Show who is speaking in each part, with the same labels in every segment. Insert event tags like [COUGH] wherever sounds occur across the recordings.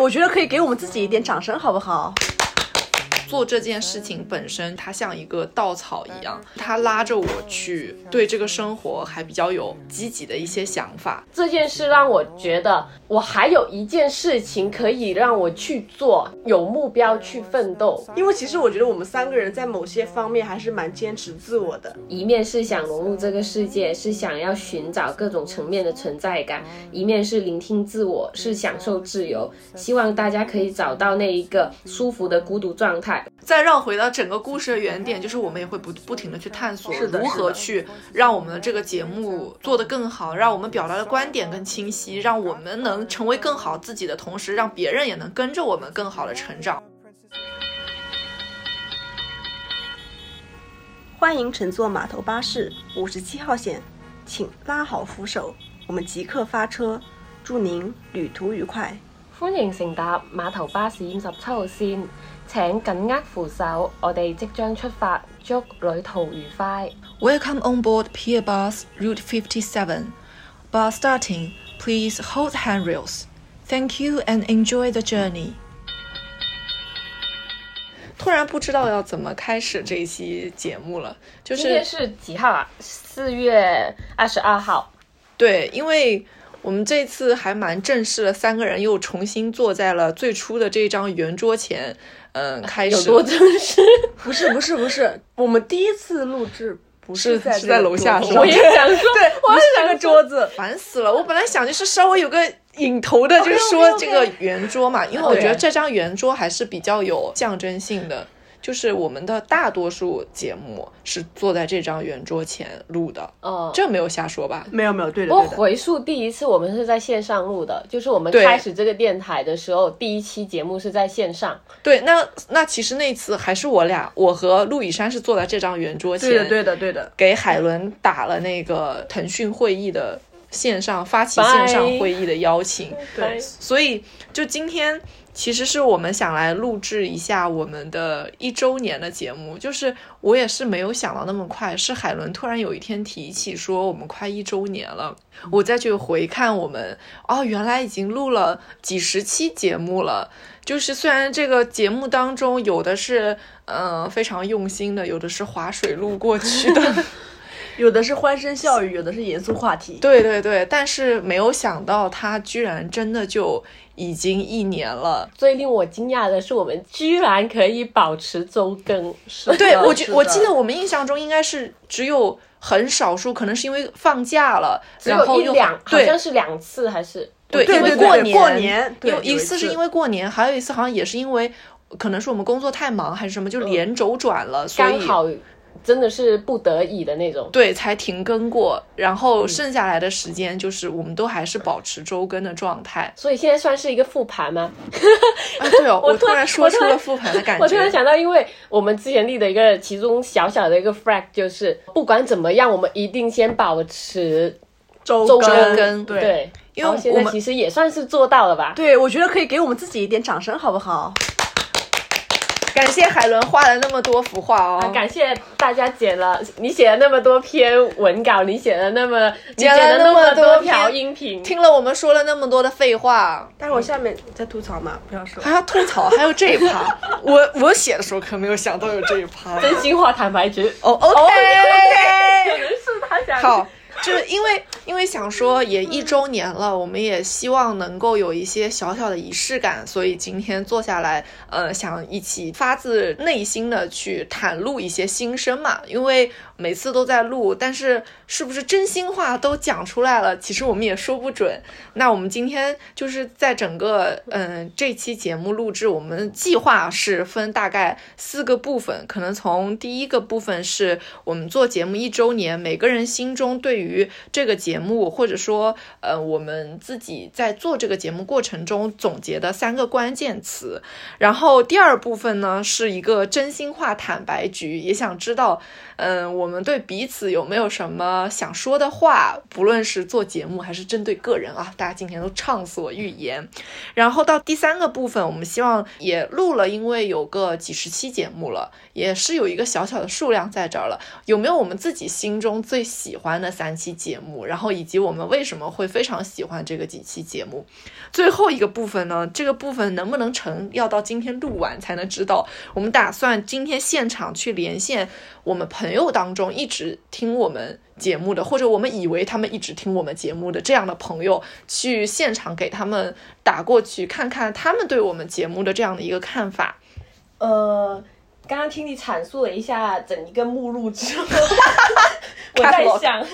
Speaker 1: 我觉得可以给我们自己一点掌声，好不好？
Speaker 2: 做这件事情本身，它像一个稻草一样，它拉着我去对这个生活还比较有积极的一些想法。
Speaker 3: 这件事让我觉得，我还有一件事情可以让我去做，有目标去奋斗。
Speaker 1: 因为其实我觉得我们三个人在某些方面还是蛮坚持自我的。
Speaker 3: 一面是想融入这个世界，是想要寻找各种层面的存在感；一面是聆听自我，是享受自由。希望大家可以找到那一个舒服的孤独状态。
Speaker 2: 再绕回到整个故事的原点，就是我们也会不不停的去探索
Speaker 1: 是的
Speaker 2: 如何去让我们的这个节目做得更好，让我们表达的观点更清晰，让我们能成为更好自己的同时，让别人也能跟着我们更好的成长。
Speaker 1: 欢迎乘坐码头巴士五十七号线，请拉好扶手，我们即刻发车。祝您旅途愉快。
Speaker 3: 歡迎乘搭碼頭巴士五十七號線，請緊握扶手，我哋即將出發，祝旅途愉快。
Speaker 2: Welcome on board Pier Bus Route 57. Bus starting. Please hold handrails. Thank you and enjoy the journey. 突然不知道要怎么开始这一期节目了，就
Speaker 3: 今天
Speaker 2: 是
Speaker 3: 是幾號啊？四月二十二號。
Speaker 2: 对，因为我们这次还蛮正式的，三个人又重新坐在了最初的这张圆桌前，嗯，开始
Speaker 3: 有多正
Speaker 2: [LAUGHS]
Speaker 3: 式？
Speaker 1: 不是不是不是，我们第一次录制不
Speaker 2: 是
Speaker 1: 在这
Speaker 2: 是在
Speaker 1: 个
Speaker 2: 楼
Speaker 1: 桌
Speaker 2: 下
Speaker 1: 子
Speaker 2: 是吗
Speaker 3: 我也想说，
Speaker 1: [LAUGHS] 对，
Speaker 3: 我
Speaker 1: 不
Speaker 3: 也
Speaker 1: 是
Speaker 3: 想
Speaker 1: 这个
Speaker 3: 说
Speaker 1: 桌子，
Speaker 2: 烦死了！我本来想就是稍微有个引头的，就是说这个圆桌嘛，因为我觉得这张圆桌还是比较有象征性的。就是我们的大多数节目是坐在这张圆桌前录的，
Speaker 3: 哦。
Speaker 2: 这没有瞎说吧？
Speaker 1: 没有没有，对的
Speaker 3: 不过
Speaker 1: 对的。
Speaker 3: 回溯第一次，我们是在线上录的，就是我们
Speaker 2: 对
Speaker 3: 开始这个电台的时候，第一期节目是在线上。
Speaker 2: 对，那那其实那次还是我俩，我和陆以山是坐在这张圆桌前，
Speaker 1: 对的，对的，对的。
Speaker 2: 给海伦打了那个腾讯会议的线上发起线上会议的邀请，
Speaker 1: 对
Speaker 2: 所以就今天其实是我们想来录制一下我们的一周年的节目，就是我也是没有想到那么快，是海伦突然有一天提起说我们快一周年了，我再去回看我们哦，原来已经录了几十期节目了。就是虽然这个节目当中有的是嗯、呃非常用心的，有的是划水路过去的，
Speaker 1: 有的是欢声笑语，有的是严肃话题。
Speaker 2: 对对对，但是没有想到他居然真的就已经一年了。
Speaker 3: 最令我惊讶的是，我们居然可以保持周更。
Speaker 1: 是
Speaker 3: [LAUGHS]
Speaker 1: 的
Speaker 2: 对
Speaker 3: 嗯
Speaker 2: 我
Speaker 1: 是
Speaker 2: 记
Speaker 1: 的
Speaker 2: 我记得我们印象中应该是只有很少数，可能是因为放假了，
Speaker 3: 只
Speaker 2: 然
Speaker 3: 有
Speaker 2: 后
Speaker 3: 一
Speaker 2: 又
Speaker 3: 两，好像
Speaker 2: 对
Speaker 3: 是两次还是
Speaker 2: 对，
Speaker 1: 对
Speaker 2: 因为
Speaker 1: 对对
Speaker 2: 年
Speaker 1: 过年对
Speaker 2: 有
Speaker 1: 有一
Speaker 2: 次是
Speaker 1: 次
Speaker 2: 因为过年，还有一次好像也是因为可能是我们工作太忙还是什么，就连轴转了，所
Speaker 3: 嗯刚
Speaker 2: 以
Speaker 3: 好真的是不得已的那种。
Speaker 2: 对才停更过。然后
Speaker 3: 嗯
Speaker 2: 剩下来的时间就是我们都还是保持周更的状态。
Speaker 3: 所以现在算是一个复盘吗？ [LAUGHS]
Speaker 2: 啊，对哦，
Speaker 3: 我
Speaker 2: 我突
Speaker 3: 突
Speaker 2: 然
Speaker 3: 然
Speaker 2: 说
Speaker 3: 我
Speaker 2: 出
Speaker 3: 突然
Speaker 2: 了复盘的感觉。
Speaker 3: [LAUGHS] 我突然想到，因为我们之前立的一个其中小小的一个 flag 就是，不管怎么样，我们一定先保持
Speaker 1: 周
Speaker 3: 周
Speaker 1: 更，
Speaker 2: 更
Speaker 1: 对
Speaker 3: 对。
Speaker 2: 因为
Speaker 3: 然后现
Speaker 2: 我
Speaker 3: 在
Speaker 2: 们
Speaker 3: 其实也算是做到了吧。
Speaker 1: 对，我觉得可以给我们自己一点掌声，好不好？
Speaker 2: 感谢海伦画了那么多幅画哦，
Speaker 3: 啊，感谢大家剪了，你写了那么多篇文稿，你写了那么，你
Speaker 2: 剪了
Speaker 3: 剪那
Speaker 2: 那么
Speaker 3: 么
Speaker 2: 多
Speaker 3: 条
Speaker 2: 篇
Speaker 3: 音频，
Speaker 2: 听了我们说了那么多的废话，
Speaker 1: 待会儿下面再吐槽嘛，不要说。
Speaker 2: 还要吐槽，还有这一趴。我我写的时候可没有想到有这一趴。
Speaker 3: 真心话坦白局，
Speaker 2: 哦，OK，
Speaker 3: 可能是他想
Speaker 2: 好，就是因为因为想说也一周年了，我们也希望能够有一些小小的仪式感，所以今天坐下来，呃，想一起发自内心的去袒露一些心声嘛。因为每次都在录，但是是不是真心话都讲出来了，其实我们也说不准。那我们今天就是在整个嗯、这期节目录制，我们计划是分大概四个部分，可能从第一个部分是我们做节目一周年，每个人心中对于这个节目或者说呃我们自己在做这个节目过程中总结的三个关键词，然后第二部分呢是一个真心话坦白局，也想知道嗯，我们对彼此有没有什么想说的话？不论是做节目还是针对个人啊，大家今天都畅所欲言。然后到第三个部分，我们希望也录了，因为有个几十期节目了，也是有一个小小的数量在这儿了。有没有我们自己心中最喜欢的三期节目？然后后以及我们为什么会非常喜欢这个几期节目。最后一个部分呢，这个部分能不能成，要到今天录完才能知道。我们打算今天现场去连线我们朋友当中一直听我们节目的，或者我们以为他们一直听我们节目的这样的朋友，去现场给他们打过去，看看他们对我们节目的这样的一个看法。
Speaker 3: [LAUGHS] 呃，刚刚听你阐述了一下整一个目录之后， [LAUGHS] 我在想，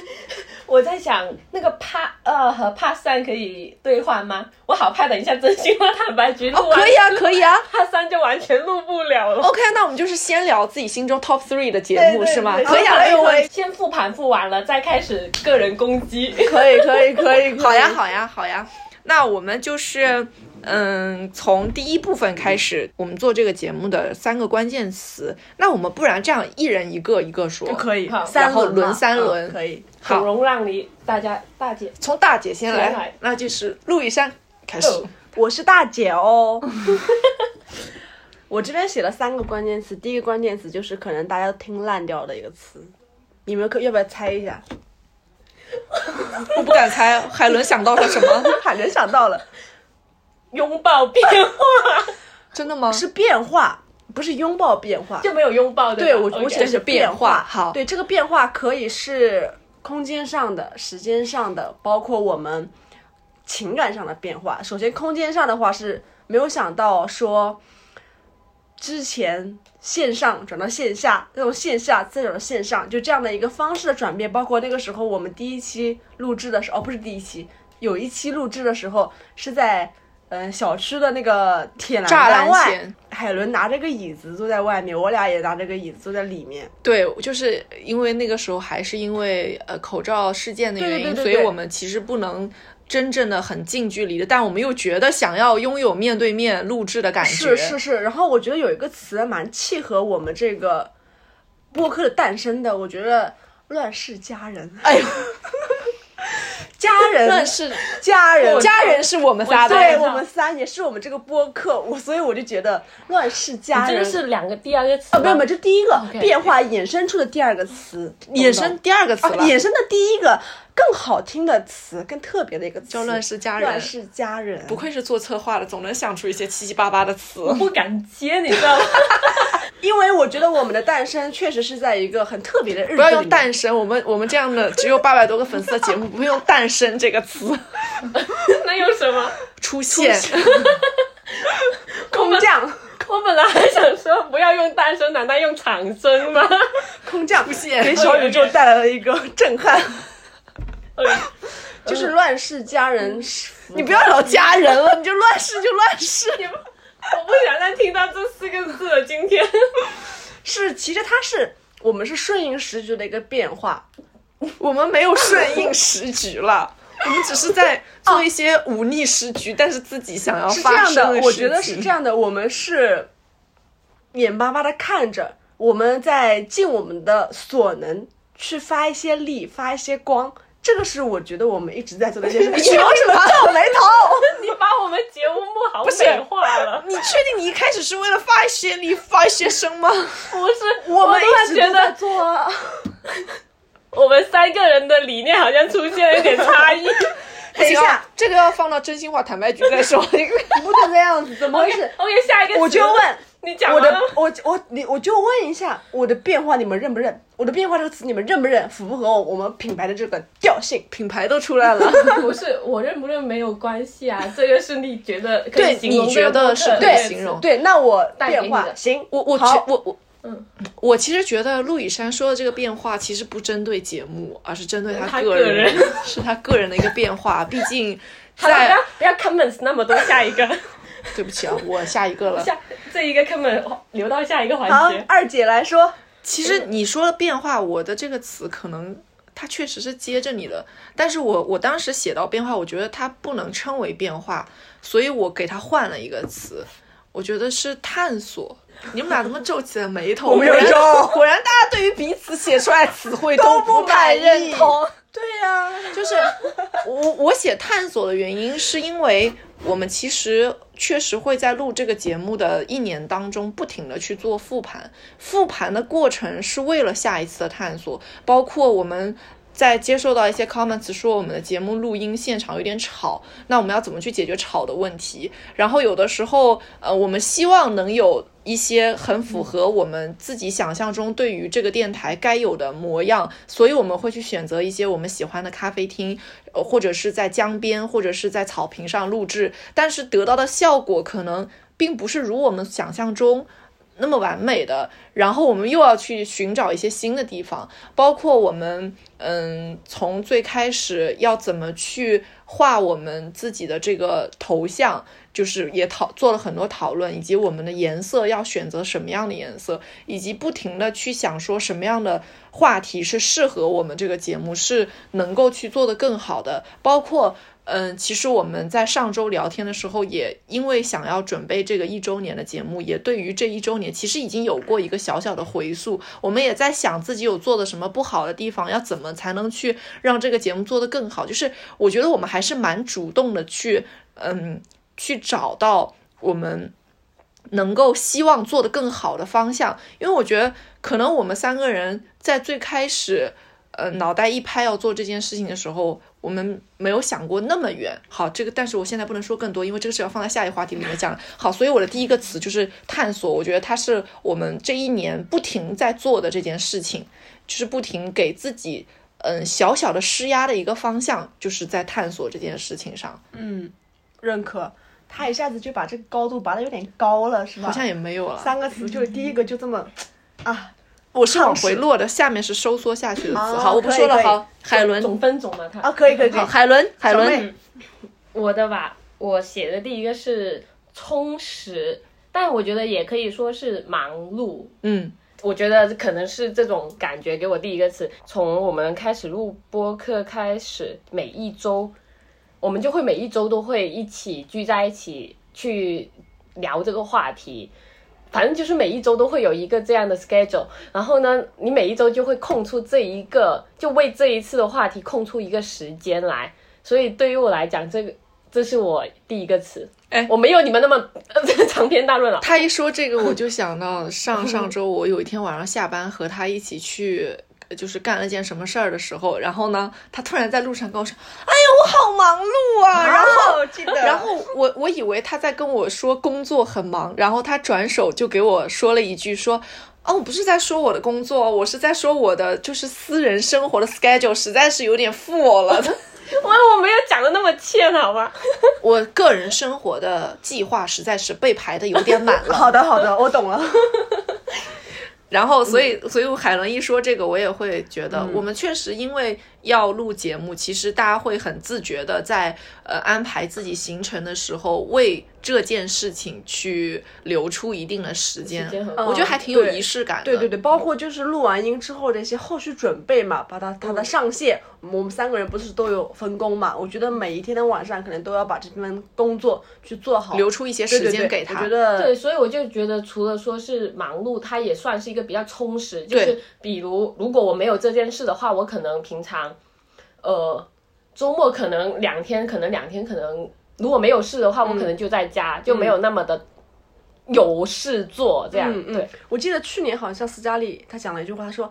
Speaker 3: 我在想那个 part 二和 part 三可以兑换吗？我好怕等一下真心话坦白局录
Speaker 2: 哦，
Speaker 3: 完、
Speaker 2: 可以啊，可以啊。
Speaker 3: ，part 三就完全录不了了。
Speaker 2: OK，那我们就是先聊自己心中 top three 的节目
Speaker 3: 对对
Speaker 2: 是吗？
Speaker 3: 对
Speaker 2: 可以啊，
Speaker 3: 可
Speaker 2: 没有问题。
Speaker 3: 先复盘复完了，再开始个人攻击。
Speaker 2: 可以，可以，可以，好呀，好呀，好呀。那我们就是，嗯，从第一部分开始，我们做这个节目的三个关键词。那我们不然这样，一人一个一个说，
Speaker 1: 可以
Speaker 3: 好
Speaker 1: 三
Speaker 2: 然后
Speaker 1: 轮嘛
Speaker 2: 轮三轮
Speaker 1: 嗯可以。
Speaker 3: [LAUGHS]
Speaker 2: 好
Speaker 3: 孔融让梨，大家大姐，
Speaker 2: 从大姐先
Speaker 3: 先
Speaker 2: 来
Speaker 3: 来，
Speaker 2: 那就是陆以山开始。
Speaker 3: 哦
Speaker 1: 我是大姐 [LAUGHS] 哦。我这边写了三个关键词，第一个关键词就是可能大家都听烂掉的一个词，你们可要不要猜 [LAUGHS] 一下？
Speaker 2: 我不敢猜，海伦想到了什么？
Speaker 1: 海伦想到了，
Speaker 3: 拥抱变化
Speaker 2: [LAUGHS] 真的吗？
Speaker 1: 是变化，不是拥抱变化。
Speaker 3: 就没有拥抱对
Speaker 1: 对
Speaker 3: 吧
Speaker 1: 我
Speaker 3: OK
Speaker 1: 我写的
Speaker 3: [LAUGHS]
Speaker 2: 是变
Speaker 1: 变
Speaker 2: 化好
Speaker 1: 对这个变化可以是空间上的、时间上的，包括我们情感上的变化。首先，空间上的话是没有想到说，之前线上转到线下，那种线下再转到线上，就这样的一个方式的转变。包括那个时候我们第一期录制的时候，哦，不是第一期，有一期录制的时候是在。嗯，小区的那个铁栏
Speaker 2: 栅
Speaker 1: 杆
Speaker 2: 栏
Speaker 1: 外
Speaker 2: 前，
Speaker 1: 海伦拿着个椅子坐在外面，我俩也拿着个椅子坐在里面。
Speaker 2: 对，就是因为那个时候还是因为呃口罩事件的原因，
Speaker 1: 对对对
Speaker 2: 所
Speaker 1: 对
Speaker 2: 以我们其实不能真正的很近距离的，但我们又觉得想要拥有面对面录制的感觉。
Speaker 1: 是是是，然后我觉得有一个词蛮契合我们这个播客的诞生的，我觉得“乱世佳
Speaker 2: [LAUGHS]
Speaker 1: 人”。哎 [LAUGHS] 呦，家
Speaker 2: 但
Speaker 1: 人，
Speaker 2: 是
Speaker 1: 家人，
Speaker 2: 家人是我们仨
Speaker 3: 我
Speaker 2: 的，
Speaker 1: 对
Speaker 3: 对
Speaker 1: 我们仨也是我们这个播客，我所以我就觉得“乱世佳
Speaker 4: 这
Speaker 1: 人
Speaker 4: 个”是两个第二个词
Speaker 1: 啊，
Speaker 4: 吗，
Speaker 1: 没有没有，这第一个变化衍生出的第二个词，
Speaker 2: 衍生第二个词
Speaker 1: 啊
Speaker 2: 了，
Speaker 1: 衍生的第一个更好听的词，更特别的一个词，
Speaker 2: 叫乱世佳人
Speaker 1: 乱世佳人，
Speaker 2: 不愧是做策划的，总能想出一些七七八八的词。
Speaker 3: 不敢接，你知道吗？ [LAUGHS]
Speaker 1: 因为我觉得我们的诞生确实是在一个很特别的日子，
Speaker 2: 不要用“诞生”，我们我们这样的只有八百多个粉丝的节目，不会用“诞生”这个词
Speaker 3: 那有什么？
Speaker 2: [LAUGHS] 出现。
Speaker 1: 空降， [LAUGHS]
Speaker 3: 我本来还想说不要用单声，难道用长声吗？ [LAUGHS]
Speaker 1: 空降出 [LAUGHS]
Speaker 2: 现 [LAUGHS]
Speaker 1: 给小宇宙带来了一个震撼， [LAUGHS]
Speaker 3: 哎
Speaker 1: 就是乱世佳人，
Speaker 2: 你不要老家人了，你就乱世就乱世。
Speaker 3: 你们，我不想再听到这四个字了。今天
Speaker 1: [LAUGHS]
Speaker 3: [LAUGHS]
Speaker 1: 是其实它是我们是顺应时局的一个变化，
Speaker 2: 我们没有顺应时局了，我们只是在做一些忤逆时局，但哦是自己想要
Speaker 1: 是这
Speaker 2: 发
Speaker 1: 样
Speaker 2: 生
Speaker 1: 的，我
Speaker 2: 事
Speaker 1: 觉得
Speaker 2: 情
Speaker 1: 是这。样的，我们是眼巴巴的看着，我们在尽我们的所能去发一些力，发一些光。这个是我觉得我们一直在做的一件 [LAUGHS] 事。情。你为什么皱眉头？
Speaker 3: 你把我们节目录好美化了，
Speaker 2: 你确定你一开始是为了发一些力、发一些声吗？
Speaker 3: 不是？
Speaker 1: [LAUGHS] 我
Speaker 3: 我
Speaker 1: 们一
Speaker 3: 突
Speaker 1: 直
Speaker 3: 然
Speaker 1: 都
Speaker 3: 觉
Speaker 1: 在
Speaker 3: 得
Speaker 1: 做啊。
Speaker 3: 我们三个人的理念好像出现了一点差异。
Speaker 1: [LAUGHS] 等一
Speaker 2: 行
Speaker 1: 下
Speaker 2: 啊，，这个要放到真心话坦白局再 [LAUGHS] 说。因为
Speaker 1: 你不能这样子，怎么回
Speaker 3: [LAUGHS]
Speaker 1: 事？
Speaker 3: OK，下一
Speaker 1: [LAUGHS]
Speaker 3: 个
Speaker 1: 我就
Speaker 3: 词
Speaker 1: 问
Speaker 3: 你讲啊
Speaker 1: 我
Speaker 3: 完
Speaker 1: 的
Speaker 3: 了，
Speaker 1: 我我你我就问一下，我的变化你们认不认？我的变化这个词你们认不认？符不符合我们品牌的这个调性？
Speaker 2: 品牌都出来了，
Speaker 3: [LAUGHS] 不是我认不认没有关系 [LAUGHS] 啊，这个是你觉得可
Speaker 2: 对
Speaker 3: 以形容
Speaker 2: 你觉得
Speaker 3: 的
Speaker 2: 是
Speaker 3: 特
Speaker 2: 可以
Speaker 3: 别
Speaker 1: 对，
Speaker 2: 形容
Speaker 1: 对，那我
Speaker 3: 带给你
Speaker 1: 变化
Speaker 3: 的
Speaker 1: 行，
Speaker 2: [LAUGHS] 我我觉
Speaker 1: 好
Speaker 2: 我我
Speaker 3: 嗯，
Speaker 2: 我其实觉得陆以山说的这个变化，其实不针对节目，而是针对他
Speaker 3: 他
Speaker 2: 个
Speaker 3: 个
Speaker 2: 人，
Speaker 3: 人
Speaker 2: [LAUGHS] 是他个人的一个变化。毕竟
Speaker 3: [LAUGHS] 好了，不
Speaker 2: 在
Speaker 3: 要不要 comments 那么多，下一个
Speaker 2: 对不起啊，我下一个了。
Speaker 3: 下这一个 comment 留到下一个
Speaker 1: 好
Speaker 3: 环节，。
Speaker 1: 二姐来说，
Speaker 2: 其实你说的变化，我的这个词可能它确实是接着你的，但是我我当时写到变化，我觉得它不能称为变化，所以我给它换了一个词，我觉得是探索。你们俩怎么皱起了眉头？
Speaker 1: [LAUGHS] 我没有
Speaker 2: 果然
Speaker 1: 皱
Speaker 2: 果然大家对于彼此写出来的词
Speaker 1: [LAUGHS]
Speaker 2: 汇都
Speaker 1: 不
Speaker 2: 不太
Speaker 1: 满意
Speaker 2: 认 [LAUGHS] 同。
Speaker 1: [LAUGHS] 对呀、
Speaker 2: 就是我我写探索的原因，是因为我们其实确实会在录这个节目的一年当中，不停的去做复盘。复盘的过程是为了下一次的探索，包括我们。在接受到一些 comments 说我们的节目录音现场有点吵，那我们要怎么去解决吵的问题？然后有的时候，呃，我们希望能有一些很符合我们自己想象中对于这个电台该有的模样，所以我们会去选择一些我们喜欢的咖啡厅，呃或者是在江边，或者是在草坪上录制，但是得到的效果可能并不是如我们想象中。那么完美的，然后我们又要去寻找一些新的地方，包括我们嗯，从最开始要怎么去画我们自己的这个头像，就是也讨做了很多讨论，以及我们的颜色要选择什么样的颜色，以及不停的去想说什么样的话题是适合我们这个节目，是能够去做的更好的，包括。嗯，其实我们在上周聊天的时候，也因为想要准备这个一周年的节目，也对于这一周年其实已经有过一个小小的回溯。我们也在想自己有做的什么不好的地方，要怎么才能去让这个节目做得更好。就是我觉得我们还是蛮主动的去，嗯，去找到我们能够希望做得更好的方向。因为我觉得可能我们三个人在最开始。呃，
Speaker 1: 嗯
Speaker 2: 脑袋一拍要做这件事情的时候，我们没有想过那么远。好，这个，但是我现在不能说更多，因为这个是要放在下一个话题里面讲的。好，所以我的第一个词就是探索，我觉得它是我们这一年不停在做的这件事情，就是不停给自己嗯小小的施压的一个方向，就是在探索这件事情上。
Speaker 1: 嗯，认可。他一下子就把这个高度拔得有点高了，是吧？
Speaker 2: 好像也没有了，
Speaker 1: 三个词，就是第一个就这么啊，
Speaker 2: 我是往回落的，下面是收缩下去的词。好，我不说
Speaker 1: 哦可
Speaker 2: 了。
Speaker 1: 以
Speaker 2: 好，海伦，
Speaker 3: 总分总嘛，他
Speaker 1: 啊，可以可以可以 [LAUGHS]
Speaker 2: 好，，海伦，海
Speaker 1: 小
Speaker 2: 伦，
Speaker 1: 妹
Speaker 3: 我的吧，我写的第一个是充实，但我觉得也可以说是忙碌。
Speaker 2: 嗯
Speaker 3: 我觉得可能是这种感觉给我第一个词。从我们开始录播客开始，每一周我们就会每一周都会一起聚在一起去聊这个话题。反正就是每一周都会有一个这样的 schedule，然后呢，你每一周就会空出这一个，就为这一次的话题空出一个时间来。所以对于我来讲，这个这是我第一个词。
Speaker 2: 哎
Speaker 3: 我没有你们那么、 [LAUGHS] 呃、长篇大论了。 [LAUGHS]
Speaker 2: 他一说这个，我就想 [LAUGHS] 到上上周我有一天晚上下班和他一起去。呃就是干了件什么事儿的时候，然后呢，他突然在路上跟我说：“哎呀，我好忙碌啊！”然后，
Speaker 1: 后记
Speaker 2: [LAUGHS]
Speaker 1: 得，
Speaker 2: 然后我我以为他在跟我说工作很忙，然后他转手就给我说了一句说：“哦，我不是在说我的工作，我是在说我的就是私人生活的 schedule 实在是有点 full 了。”
Speaker 3: 我我没有讲的那么欠，好吗？
Speaker 2: [LAUGHS] 我个人生活的计划实在是被排的有点满了。
Speaker 1: 好的好的，我懂了。
Speaker 2: 然后，所
Speaker 1: 嗯
Speaker 2: 以，所以我海伦一说这个，我也会觉得，我们确实因为要录节目，其实大家会很自觉的在呃安排自己行程的时候，为这件事情去留出一定的时间
Speaker 3: 时间和，
Speaker 2: 我觉得还挺有
Speaker 1: 对
Speaker 2: 仪式感的。
Speaker 1: 对对对，包括就是录完音之后的一些后续准备嘛，把
Speaker 2: 嗯
Speaker 1: 它它的上线，我们三个人不是都有分工嘛？我觉得每一天的晚上可能都要把这份工作去做好，
Speaker 2: 留出一些
Speaker 1: 对对
Speaker 2: 时间
Speaker 1: 对
Speaker 2: 给他。
Speaker 1: 我觉得
Speaker 3: 对，所以我就觉得，除了说是忙碌，它也算是一个比较充实。就
Speaker 2: 对
Speaker 3: 是比如，如果我没有这件事的话，我可能平常，呃，周末可能两天，可能两天，可能如果没有事的话，
Speaker 1: 嗯
Speaker 3: 我可能就在家，就没有那么的有事做。这样，
Speaker 1: 嗯嗯
Speaker 3: 对，
Speaker 1: 我记得去年好像斯嘉丽她讲了一句话，她说：“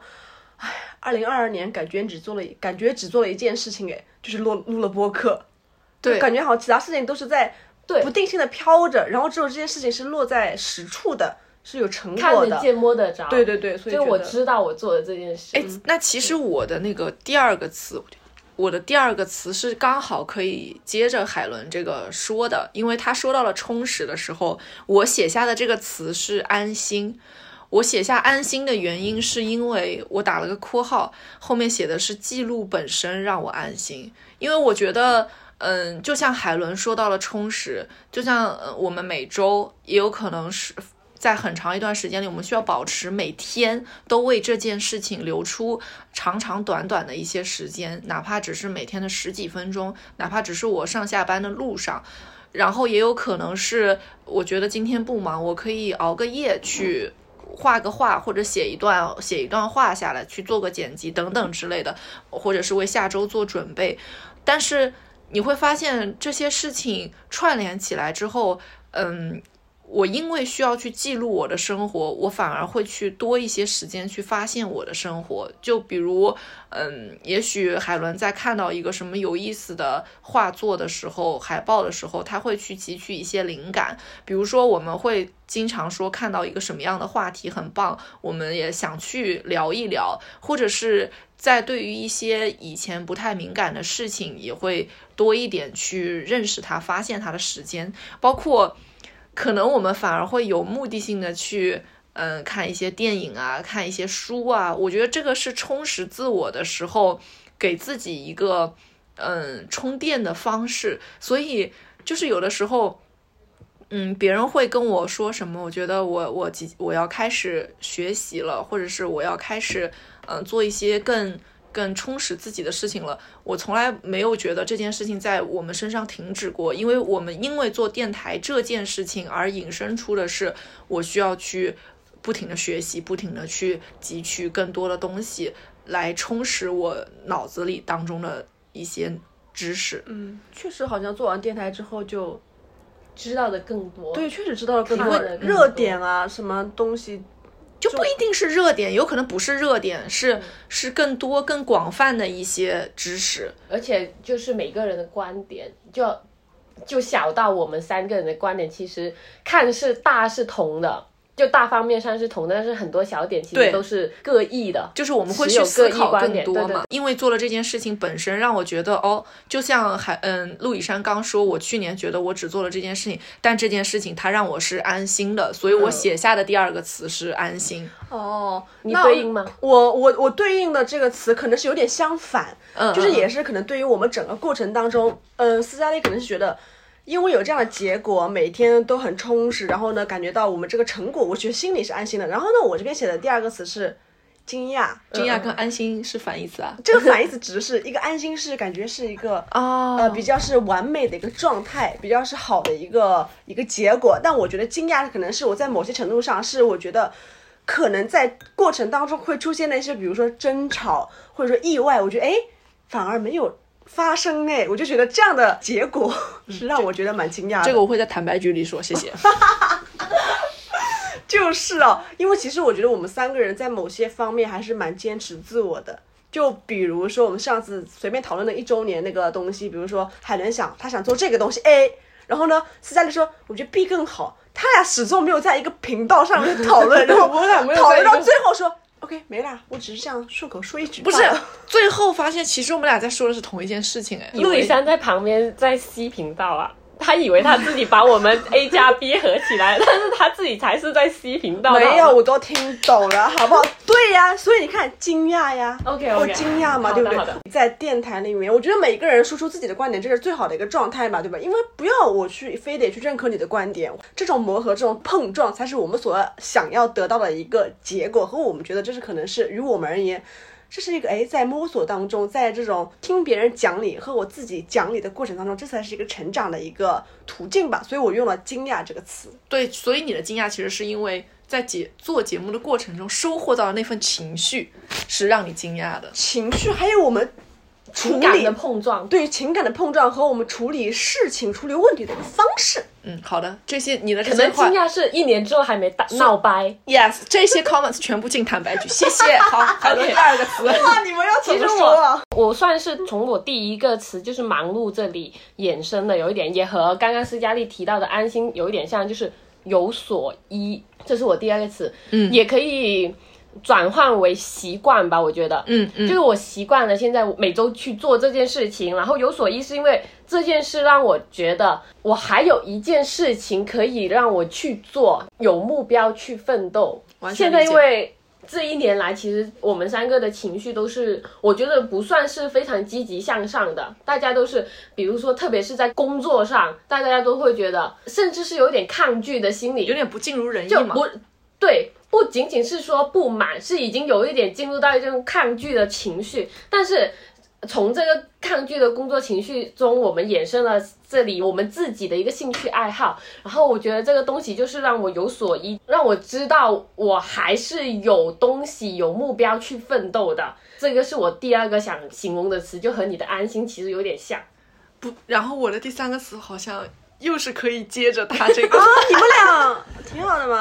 Speaker 1: 哎，二零二二年感觉只做了一感觉只做了一件事情，哎，就是录录了播客，
Speaker 2: 对
Speaker 1: 感觉好像其他事情都是在
Speaker 3: 对
Speaker 1: 不定性的飘着，然后只有这件事情是落在实处的，是有成
Speaker 3: 看
Speaker 1: 果
Speaker 3: 得
Speaker 1: 的。
Speaker 3: 见、摸得着。
Speaker 1: 对对对，所以
Speaker 3: 就我
Speaker 1: 觉得
Speaker 3: 知道我做的这件事。
Speaker 2: 哎，那其实我的那个第二个词，我的第二个词是刚好可以接着海伦这个说的，因为他说到了充实的时候，我写下的这个词是安心。我写下安心的原因是因为我打了个括号，后面写的是记录本身让我安心，因为我觉得。嗯，就像海伦说到了充实，就像呃我们每周也有可能是在很长一段时间里，我们需要保持每天都为这件事情留出长长短短的一些时间，哪怕只是每天的十几分钟，哪怕只是我上下班的路上。然后也有可能是，我觉得今天不忙，我可以熬个夜去画个画，或者写一段写一段话下来，去做个剪辑等等之类的，或者是为下周做准备。但是你会发现这些事情串联起来之后，嗯，我因为需要去记录我的生活，我反而会去多一些时间去发现我的生活。就比如，嗯，也许海伦在看到一个什么有意思的画作的时候，海报的时候，他会去汲取一些灵感。比如说，我们会经常说看到一个什么样的话题很棒，我们也想去聊一聊，或者是。在对于一些以前不太敏感的事情，也会多一点去认识它、发现它的时间，包括可能我们反而会有目的性的去，嗯，看一些电影啊，看一些书啊。我觉得这个是充实自我的时候，给自己一个嗯充电的方式。所以就是有的时候。嗯，别人会跟我说什么？我觉得我我几我要开始学习了，或者是我要开始嗯、呃做一些更更充实自己的事情了。我从来没有觉得这件事情在我们身上停止过，因为我们因为做电台这件事情而引申出的是我需要去不停的学习，不停的去汲取更多的东西来充实我脑子里当中的一些知识。
Speaker 1: 嗯，确实好像做完电台之后就
Speaker 3: 知道的更多。
Speaker 1: 对，确实知道了更多
Speaker 3: 看了更多
Speaker 1: 热点啊，什么东西
Speaker 2: 就不一定是热点，有可能不是热点，是
Speaker 3: 嗯
Speaker 2: 是更多更广泛的一些知识。
Speaker 3: 而且就是每个人的观点，就就小到我们三个人的观点，其实看似大是同的，就大方面上是同的，但是很多小点其
Speaker 2: 对
Speaker 3: 实都是各异的。
Speaker 2: 就是我们会
Speaker 3: 持有
Speaker 2: 去思
Speaker 3: 各异
Speaker 2: 考
Speaker 3: 观
Speaker 2: 更
Speaker 3: 点
Speaker 2: 多嘛，
Speaker 3: 对对对
Speaker 2: 因为做了这件事情本身让我觉得哦，就像海嗯陆以山刚说，我去年觉得我只做了这件事情，但这件事情它让我是安心的，所以
Speaker 3: 嗯
Speaker 2: 我写下的第二个词是安心。
Speaker 1: 哦。
Speaker 3: 你
Speaker 1: 那
Speaker 3: 对应吗？
Speaker 1: 我我我对应的这个词可能是有点相反，
Speaker 2: 嗯，
Speaker 1: 就是也
Speaker 2: 是
Speaker 1: 是可能对于我们整个过程当中，嗯、斯嘉丽可能是觉得，因为有这样的结果，每天都很充实，然后呢，感觉到我们这个成果，我觉得心里是安心的。然后呢，我这边写的第二个词是惊讶，
Speaker 2: 惊讶跟安心是反义词啊。
Speaker 1: 这个反义词只是一个安心是感觉是一个。
Speaker 3: 啊
Speaker 2: 哦，
Speaker 1: 呃，比较是完美的一个状态，比较是好的一个一个结果。但我觉得惊讶可能是我在某些程度上是我觉得。可能在过程当中会出现的一些，比如说争吵或者说意外，我觉得哎，反而没有发生哎，我就觉得这样的结果 [LAUGHS] 是让我觉得蛮惊讶的。
Speaker 2: 这个我会在坦白局里说，谢谢。
Speaker 3: [LAUGHS]
Speaker 1: 就是哦，因为其实我觉得我们三个人在某些方面还是蛮坚持自我的。就比如说我们上次随便讨论的一周年那个东西，比如说海伦想他想做这个东西 A，然后呢斯嘉丽说我觉得 B 更好，他俩始终没有在一个频道上面讨
Speaker 3: [LAUGHS]
Speaker 1: 论，然后
Speaker 3: 我俩没有在一个
Speaker 1: 讨论到最后说 OK 没啦，我只是这样顺口说一句罢
Speaker 2: 不是
Speaker 1: 了，
Speaker 2: 最后发现其实我们俩在说的是同一件事情哎。
Speaker 3: 陆以山在旁边在吸频道啊，他以为他自己把我们 [LAUGHS] A 加 B 合起来，但是他自己才是在吸频道。
Speaker 1: 没有，。我都听懂了， [LAUGHS] 好不好？对呀，所以你看，惊讶呀
Speaker 3: OK，OK
Speaker 1: 我惊讶嘛，
Speaker 3: 好的
Speaker 1: 对不对
Speaker 3: 好的？
Speaker 1: 在电台里面，我觉得每个人说出自己的观点，这是最好的一个状态嘛，对吧？因为嗯不要我去非得去认可你的观点，这种磨合、这种碰撞，才是我们所想要得到的一个结果，和我们觉得这是可能是于我们而言。这是一个哎，在摸索当中，在这种听别人讲理和我自己讲理的过程当中，这才是一个成长的一个途径吧。所以我用了“惊讶”这个词。
Speaker 2: 对，所以你的惊讶其实是因为在节做节目的过程中收获到的那份情绪是让你惊讶的。
Speaker 1: 情绪，还有我们处
Speaker 3: 情感
Speaker 1: 理
Speaker 3: 的碰撞，
Speaker 1: 对于情感的碰撞和我们处理事情、处理问题的一个方式。
Speaker 2: 嗯，好的，这些你的这
Speaker 3: 可
Speaker 2: 些
Speaker 3: 能
Speaker 2: 话
Speaker 3: 惊讶是一年之后还没大闹掰。
Speaker 2: ，yes，这些 comments 全部进坦白局，谢谢。 [LAUGHS] 好，还有第二个
Speaker 1: [LAUGHS]
Speaker 2: 词，
Speaker 1: 哇，你们要怎
Speaker 3: 其
Speaker 1: 么
Speaker 3: 实
Speaker 1: 说啊？
Speaker 3: 我我算是从我第一个词就是忙碌这里衍生的，有一点也和刚刚斯嘉丽提到的安心有一点像，就是有所依，这是我第二个词，嗯，也可以转换为习惯吧，我觉得，
Speaker 2: 嗯
Speaker 3: 就
Speaker 2: 嗯，
Speaker 3: 是我习惯了现在每周去做这件事情，然后有所依，是因为这件事让我觉得我还有一件事情可以让我去做，有目标去奋斗
Speaker 2: 完。全
Speaker 3: 现
Speaker 2: 理解
Speaker 3: 在因为这一年来，其实我们三个的情绪都是，我觉得不算是非常积极向上的，大家都是，比如说特别是在工作上，大家都会觉得，甚至是有点抗拒的心理，
Speaker 2: 有点不尽如人意
Speaker 3: 就
Speaker 2: 嘛。
Speaker 3: 不对，不仅仅是说不满，是已经有一点进入到一种抗拒的情绪，但是。从这个抗拒的工作情绪中，我们衍生了这里我们自己的一个兴趣爱好。然后我觉得这个东西就是让我有所依，让我知道我还是有东西、有目标去奋斗的。这个是我第二个想形容的词，就和你的安心其实有点像。
Speaker 2: [LAUGHS] 不，然后我的第三个词好像又是可以接着他这个
Speaker 1: 啊你们俩 [LAUGHS]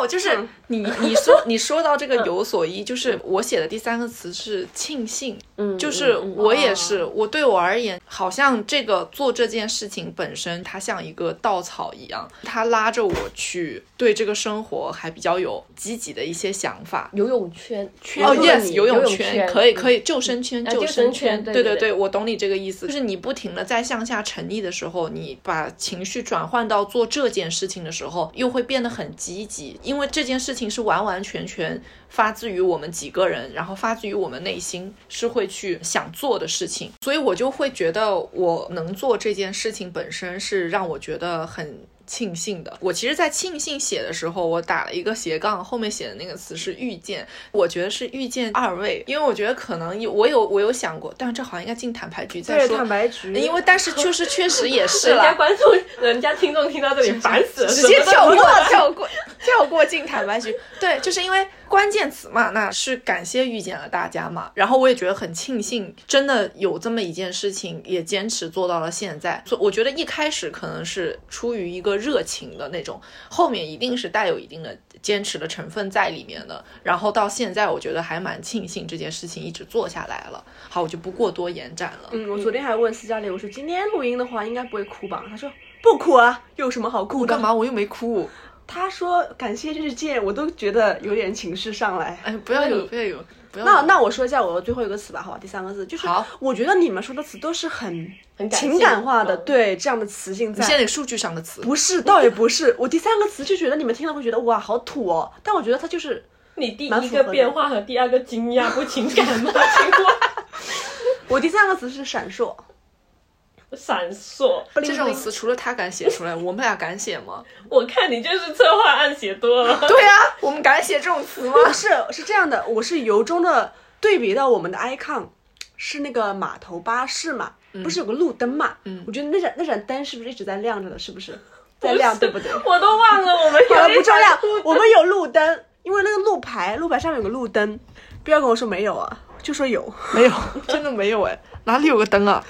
Speaker 2: 有，就是你你说你说到这个有所依，就是我写的第三个词是庆幸，
Speaker 3: 嗯，
Speaker 2: 就是
Speaker 3: 嗯嗯
Speaker 2: 我也是，我对我而言，好像这个做这件事情本身，它像一个稻草一样，它拉着我去对这个生活还比较有积极的一些想法。
Speaker 5: 游泳圈圈
Speaker 2: 哦、
Speaker 5: 住
Speaker 2: y
Speaker 5: 了
Speaker 2: e
Speaker 5: 你
Speaker 2: s
Speaker 5: 游
Speaker 2: 泳
Speaker 5: 圈
Speaker 2: 可以可
Speaker 5: 以，
Speaker 2: 以，救生圈
Speaker 5: 啊
Speaker 2: 救
Speaker 5: 救
Speaker 2: 生
Speaker 5: 生圈
Speaker 2: 圈，对
Speaker 5: 对
Speaker 2: 对
Speaker 5: 对对
Speaker 2: 我懂你这个意思，就是你不停的在向下沉溺的时候，你把情绪转换到做这件事情的时候，又会变得很积极，因为这件事情是完完全全发自于我们几个人，然后发自于我们内心是会去想做的事情，所以我就会觉得我能做这件事情本身是让我觉得很。庆幸的，我其实，在庆幸写的时候，我打了一个斜杠，后面写的那个词是遇见，我觉得是遇见二位，因为我觉得可能有我有我有想过，但是这好像应该进坦白局再
Speaker 1: 对
Speaker 2: 说
Speaker 1: 坦，白局，
Speaker 2: 因为但是确实确实也是
Speaker 5: 人家
Speaker 2: 啦，
Speaker 5: 观众、人家听众听到这里烦死了，
Speaker 2: 直接
Speaker 5: 什么都不
Speaker 2: 跳过
Speaker 5: 懂
Speaker 2: 跳过跳过进坦白局， [LAUGHS] 对，就是因为关键词嘛，那是感谢遇见了大家嘛，然后我也觉得很庆幸，真的有这么一件事情也坚持做到了现在，所以我觉得一开始可能是出于一个热情的那种，后面一定是带有一定的坚持的成分在里面的，然后到现在我觉得还蛮庆幸这件事情一直做下来了，好，我就不过多延展了。
Speaker 1: 嗯，我昨天还问斯嘉丽，我说今天录音的话应该不会哭吧？她说不哭啊，有什么好哭
Speaker 2: 我
Speaker 1: 的？
Speaker 2: 干？嘛？我又没哭。
Speaker 1: 她说感谢日见，我都觉得有点情绪上来。
Speaker 2: 哎，不要有，不要有，不要有。
Speaker 1: 那那我说一下我的最后一个词吧，好吧，第三个字就是
Speaker 2: 好，
Speaker 1: 我觉得你们说的词都是很
Speaker 5: 很感
Speaker 1: 情
Speaker 5: 性
Speaker 1: 感化的，
Speaker 5: 嗯
Speaker 1: 对这样的词性
Speaker 2: 你现在
Speaker 1: 在。
Speaker 2: 得数据上的词，
Speaker 1: 不是，倒也不是。我第三个词就觉得你们听了会觉得哇，好土哦。但我觉得它就是
Speaker 5: 你第
Speaker 1: 蛮
Speaker 5: 一
Speaker 1: 符合
Speaker 5: 个
Speaker 1: 的
Speaker 5: 变化和第二个惊讶不情感吗？ [LAUGHS] 情感
Speaker 1: 我第三个词是闪烁，
Speaker 5: 闪烁。
Speaker 2: 这种词除了他敢写出来，我们俩敢写吗？
Speaker 5: 我看你就是策划案写多了。
Speaker 2: [LAUGHS]
Speaker 5: [LAUGHS]
Speaker 2: 对呀、我们敢写这种词吗？
Speaker 1: 不啊是是这样的，我是由衷的对比到我们的 icon 是那个码头巴士嘛，不是有个路灯嘛？嗯，我觉得那盏那盏灯是不是一直在亮着的？是不是在亮？对不对？
Speaker 5: 我都忘了我们
Speaker 1: 好了，
Speaker 5: 有
Speaker 1: 不
Speaker 5: 一
Speaker 1: 重要
Speaker 5: 场，
Speaker 1: 我们有路灯，因为那个路牌，路牌上面有个路灯，不要跟我说没有啊，就说有。 [LAUGHS]
Speaker 2: 没有， [LAUGHS] 真的没有哎，哪里有个灯啊？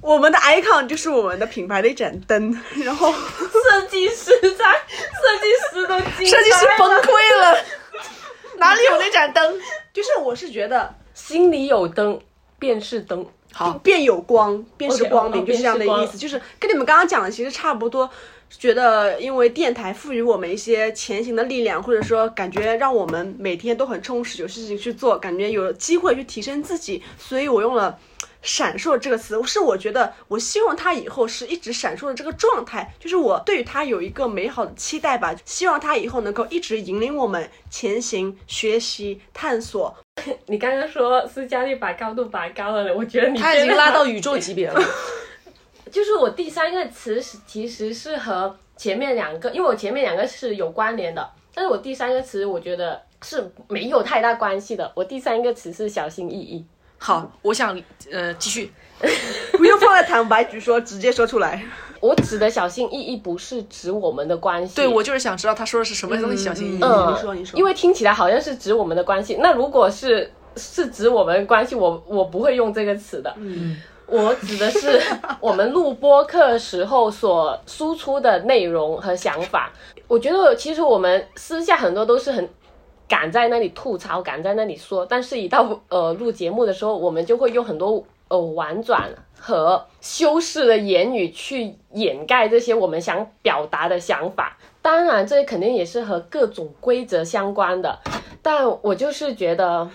Speaker 1: 我们的 icon 就是我们的品牌的一盏灯，然后 [LAUGHS]
Speaker 5: 设计师在，设计师都惊呆了
Speaker 2: 设计师崩溃了，哪里有那盏灯？
Speaker 1: 就是我是觉得
Speaker 3: 心里有灯便是灯。
Speaker 2: 好，
Speaker 1: 便有光，便是光明
Speaker 5: OK，哦
Speaker 1: 就是这样的
Speaker 5: 便
Speaker 1: 意
Speaker 5: 是
Speaker 1: 思。
Speaker 5: 光
Speaker 1: 就是跟你们刚刚讲的其实差不多。觉得因为电台赋予我们一些前行的力量，或者说感觉让我们每天都很充实，有事情去做，感觉有机会去提升自己，所以我用了“闪烁”这个词。是我觉得我希望它以后是一直闪烁的这个状态，就是我对于它有一个美好的期待吧，希望它以后能够一直引领我们前行、学习、探索。
Speaker 5: 你刚刚说斯嘉丽把高度拔高了，我觉得你
Speaker 2: 他已经
Speaker 5: 真的
Speaker 2: 拉到宇宙级别了。
Speaker 3: 就是我第三个词是其实是和前面两个，因为我前面两个是有关联的，但是我第三个词我觉得是没有太大关系的。我第三个词是小心翼翼，
Speaker 2: 好，我想呃继续，
Speaker 1: 不用放在坦白局说，直接说出来。
Speaker 3: 我指的小心翼翼不是指我们的关系，
Speaker 2: 对我就是想知道他说的是什么东西，小心翼翼。
Speaker 1: 嗯
Speaker 3: 嗯，
Speaker 1: 你说你说
Speaker 3: 因为听起来好像是指我们的关系。那如果是是指我们关系，我我不会用这个词的。
Speaker 1: 嗯，
Speaker 3: 我指的是我们录播课时候所输出的内容和想法。我觉得其实我们私下很多都是很。敢在那里吐槽，敢在那里说，但是一到呃录节目的时候，我们就会用很多呃婉转和修饰的言语去掩盖这些我们想表达的想法。当然，这肯定也是和各种规则相关的，但我就是觉得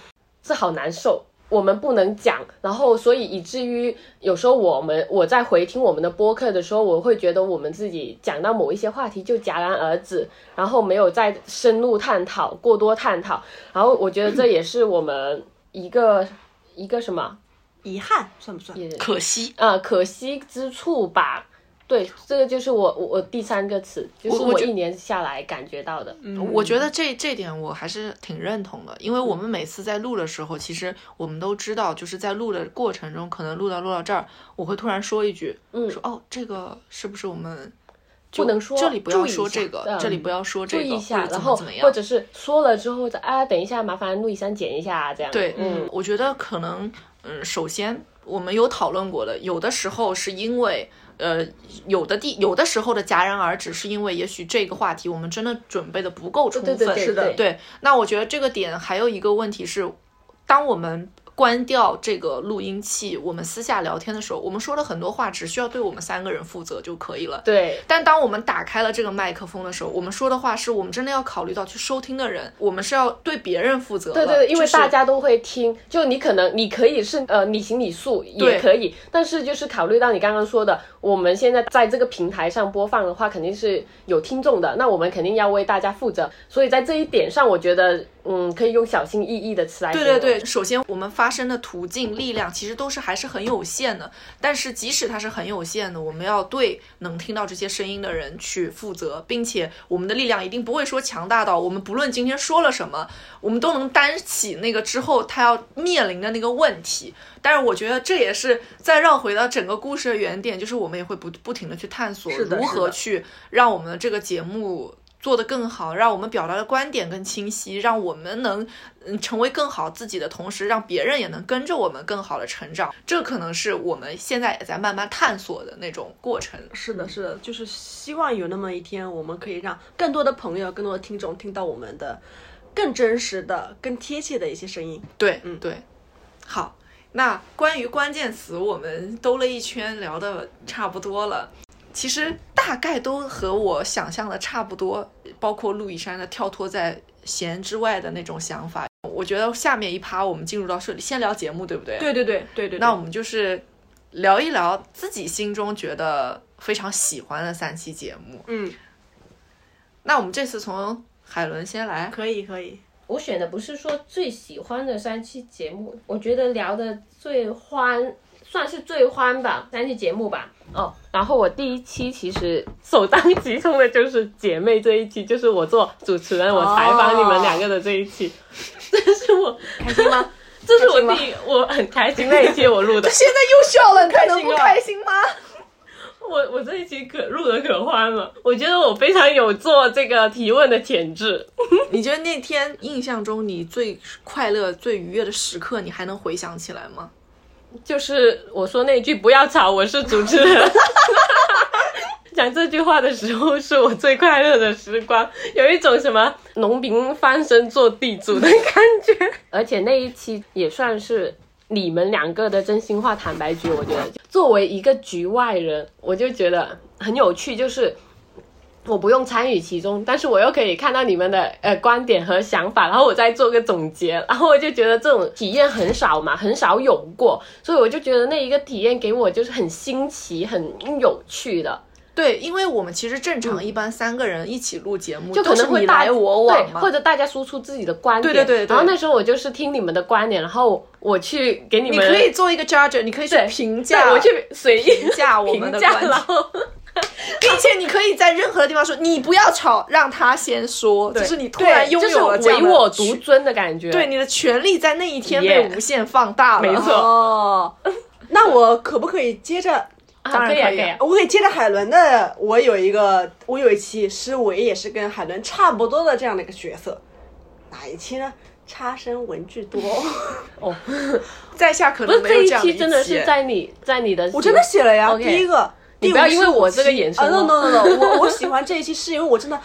Speaker 3: 这好难受，我们不能讲，然后所以以至于有时候我们我在回听我们的播客的时候，我会觉得我们自己讲到某一些话题就戛然而止，然后没有再深入探讨、过多探讨，然后我觉得这也是我们一个一个什么
Speaker 1: 遗憾算不算？
Speaker 3: 也
Speaker 2: 可惜，
Speaker 3: 啊、可惜之处吧。对，这个就是我我我第三个词，就是
Speaker 2: 我我
Speaker 3: 我
Speaker 2: 觉
Speaker 3: 一年下来感觉到的。
Speaker 2: 我觉得这这点我还是挺认同的，因为我们每次在录的时候，其实我们都知道，就是在录的过程中，可能录到录到这儿，我会突然说一句，
Speaker 3: 嗯
Speaker 2: 说哦，这个是不是我们
Speaker 3: 不能说
Speaker 2: 这里不要
Speaker 3: 注意一
Speaker 2: 说
Speaker 3: 下
Speaker 2: 这个，
Speaker 3: 嗯
Speaker 2: 这里不要说这
Speaker 3: 注
Speaker 2: 个，
Speaker 3: 意一
Speaker 2: 或
Speaker 3: 下，
Speaker 2: 者
Speaker 3: 然
Speaker 2: 怎
Speaker 3: 后
Speaker 2: 么怎么样，
Speaker 3: 或者是说了之后，啊，等一下，麻烦陆以山剪一下啊，这样。
Speaker 2: 对，
Speaker 3: 嗯，
Speaker 2: 我觉得可能，嗯，首先我们有讨论过的，有的时候是因为呃，有的地有的时候的戛然而止，是因为也许这个话题我们真的准备的不够充分。
Speaker 3: 对对对
Speaker 1: 是的
Speaker 3: 对
Speaker 2: 对，那我觉得这个点还有一个问题是，当我们关掉这个录音器，我们私下聊天的时候，我们说的很多话只需要对我们三个人负责就可以了。
Speaker 3: 对
Speaker 2: 但当我们打开了这个麦克风的时候，我们说的话是我们真的要考虑到去收听的人，我们是要对别人负责的。
Speaker 3: 对对，因为
Speaker 2: 就是
Speaker 3: 大家都会听，就你可能你可以是呃你行你素也
Speaker 2: 对
Speaker 3: 可以，但是就是考虑到你刚刚说的，我们现在在这个平台上播放的话，肯定是有听众的，那我们肯定要为大家负责，所以在这一点上，我觉得嗯可以用小心翼翼的词来
Speaker 2: 对
Speaker 3: 形
Speaker 2: 对
Speaker 3: 容
Speaker 2: 对，首先我们发声的途径、力量其实都是还是很有限的，但是即使它是很有限的，我们要对能听到这些声音的人去负责，并且我们的力量一定不会说强大到我们不论今天说了什么，我们都能担起那个之后他要面临的那个问题。但是我觉得这也是再绕回到整个故事的原点，就是我们也会不不停的去探索
Speaker 1: 是的
Speaker 2: 如
Speaker 1: 是
Speaker 2: 何
Speaker 1: 的
Speaker 2: 去让我们的这个节目做得更好，让我们表达的观点更清晰，让我们能嗯成为更好自己的同时，让别人也能跟着我们更好的成长。这可能是我们现在也在慢慢探索的那种过程。
Speaker 1: 是的，是的，就是希望有那么一天，我们可以让更多的朋友、更多的听众听到我们的更真实的、更贴切的一些声音。
Speaker 2: 对，
Speaker 1: 嗯
Speaker 2: 对。好，那关于关键词，我们兜了一圈，聊的差不多了。其实大概都和我想象的差不多，包括陆以山的跳脱在弦之外的那种想法。我觉得下面一趴我们进入到顺利，先聊节目，对不对？。
Speaker 1: 对对对对对，
Speaker 2: 那我们就是聊一聊自己心中觉得非常喜欢的三期节目。
Speaker 1: 嗯，
Speaker 2: 那我们这次从海伦先来，
Speaker 1: 可以可以，
Speaker 5: 我选的不是说最喜欢的三期节目，我觉得聊的最欢，算是最欢吧，三期节目吧。
Speaker 3: 哦，然后我第一期其实首当其冲的就是姐妹这一期，就是我做主持人，我采访你们两个的这一期，这是我开心吗？ [LAUGHS] 这是我第我很开心那一期我录
Speaker 2: [LAUGHS]
Speaker 3: 的，
Speaker 2: 现在又笑了，你还能
Speaker 3: 不开
Speaker 2: 心吗？
Speaker 3: 我我这一期可录的可欢了，我觉得我非常有做这个提问的潜质。
Speaker 2: 你觉得那天印象中你最快乐、最愉悦的时刻，你还能回想起来吗？
Speaker 3: 就是我说那句“不要吵，我是主持人” 。 [LAUGHS] 讲这句话的时候是我最快乐的时光，有一种什么农民翻身做地主的感觉。而且那一期也算是你们两个的真心话坦白局，我觉得作为一个局外人，我就觉得很有趣，就是我不用参与其中，但是我又可以看到你们的呃观点和想法，然后我再做个总结，然后我就觉得这种体验很少嘛，很少有过，所以我就觉得那一个体验给我就是很新奇、很有趣的，
Speaker 2: 对，因为我们其实正常一般三个人一起录节目，
Speaker 3: 就可
Speaker 2: 都
Speaker 3: 能
Speaker 2: 是
Speaker 3: 会
Speaker 2: 你
Speaker 3: 大
Speaker 2: 来我往
Speaker 3: 对，
Speaker 2: 嘛
Speaker 3: 或。者大家输出自己的观点，
Speaker 2: 对对对对
Speaker 3: 然后那时候我就是听你们的观点，然后我去给你
Speaker 2: 你
Speaker 3: 们，
Speaker 2: 可以做一个 judge，你可以去
Speaker 3: 对
Speaker 2: 评
Speaker 3: 对
Speaker 2: 价，
Speaker 3: 我去随意
Speaker 2: 评价我们
Speaker 3: 评
Speaker 2: 的
Speaker 3: 价，
Speaker 2: 观
Speaker 3: 然
Speaker 2: 点，
Speaker 3: 后。
Speaker 2: 并且你可以在任何地方说你不要吵，让他先说，就是你突然拥有了
Speaker 3: 就是
Speaker 2: 这样
Speaker 3: 唯
Speaker 2: 的
Speaker 3: 我
Speaker 2: 权
Speaker 3: 独尊的感觉。
Speaker 2: 对，你的权利在那一天
Speaker 3: Yeah
Speaker 2: 被无限放大了。
Speaker 3: 没错
Speaker 1: 哦，那我可不可以接着？
Speaker 3: 啊，
Speaker 2: 当然
Speaker 3: 可以啊，
Speaker 2: 可
Speaker 3: 可
Speaker 2: 以啊
Speaker 3: 以啊。
Speaker 1: 我可以接着海伦的。我有一个，我有一期是我也是跟海伦差不多的这样的一个角色，哪一期呢？差生文具多，
Speaker 2: 在下可
Speaker 3: 不是
Speaker 2: 能没
Speaker 3: 这
Speaker 2: 有
Speaker 3: 一
Speaker 2: 这样
Speaker 3: 期
Speaker 2: 一
Speaker 3: 真的是在你在你的，
Speaker 1: 我真的写了呀。
Speaker 3: OK
Speaker 1: 第一个，
Speaker 3: 你
Speaker 1: 第
Speaker 3: 不要
Speaker 1: 五十
Speaker 3: 因为
Speaker 1: 五
Speaker 3: 我这个
Speaker 1: 期
Speaker 3: 眼神
Speaker 1: 啊
Speaker 3: 哦
Speaker 1: ，no no no no，我我喜欢这一期是因为我真的。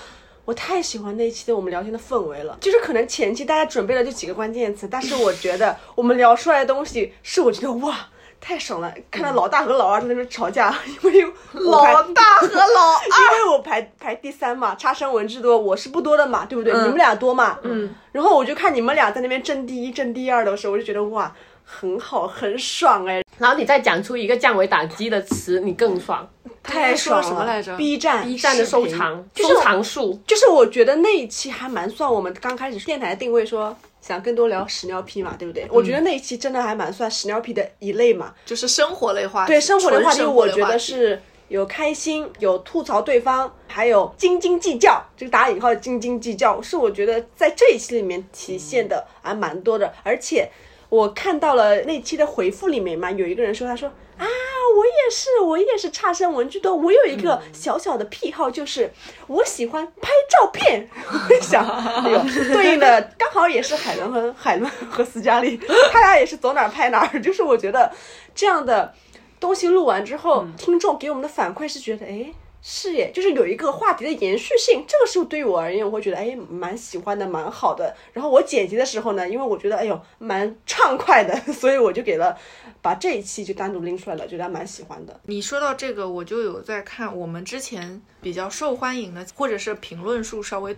Speaker 1: 我太喜欢那一期的我们聊天的氛围了，就是可能前期大家准备了这几个关键词，但是我觉得我们聊出来的东西是我觉得哇太爽了，看到老大和老二在那边吵架，因为我还
Speaker 2: 老大和老二。 [LAUGHS]
Speaker 1: 因为我排排第三嘛，差生文之多，我是不多的嘛，对不对？你们俩多嘛，嗯。然后我就看你们俩在那边争第一、争第二的时候，我就觉得哇，很好，很爽哎，
Speaker 3: 然后你再讲出一个降维打击的词，你更爽。
Speaker 1: 太爽了。啊
Speaker 2: 说什么来着
Speaker 1: b 站
Speaker 3: B 站的收藏，收藏数，
Speaker 1: 就是我觉得那一期还蛮算我们刚开始电台定位说想更多聊屎尿屁嘛，对不对？我觉得那一期真的还蛮算屎尿屁的一类嘛。
Speaker 2: 就是生活类话题，
Speaker 1: 对生活的话
Speaker 2: 纯
Speaker 1: 题，
Speaker 2: 生
Speaker 1: 我
Speaker 2: 类
Speaker 1: 觉
Speaker 2: 话
Speaker 1: 得
Speaker 2: 题
Speaker 1: 是有开心，有吐槽对方，还有斤斤计较，这个打引号的斤斤计较，是我觉得在这一期里面体现的还蛮多的，而且。我看到了那期的回复里面嘛，有一个人说，他说啊，我也是，我也是差生文具多，我有一
Speaker 2: 嗯
Speaker 1: 个小小的癖好，就是我喜欢拍照片。 [LAUGHS] 我想，哎呦，对应的刚好也是海伦和 [LAUGHS] 海伦和斯嘉丽，他俩也是走哪儿拍哪儿，就是我觉得这样的东西录完之后，听众给我们的反馈是觉得，哎，是耶，就是有一个话题的延续性，这个时候对于我而言，我会觉得，哎，蛮喜欢的，蛮好的。然后我剪辑的时候呢，因为我觉得，哎呦，蛮畅快的， [LAUGHS] 所以我就给了把这一期就单独拎出来了，觉得还蛮喜欢的。
Speaker 2: 你说到这个，我就有在看我们之前比较受欢迎的，或者是评论数稍微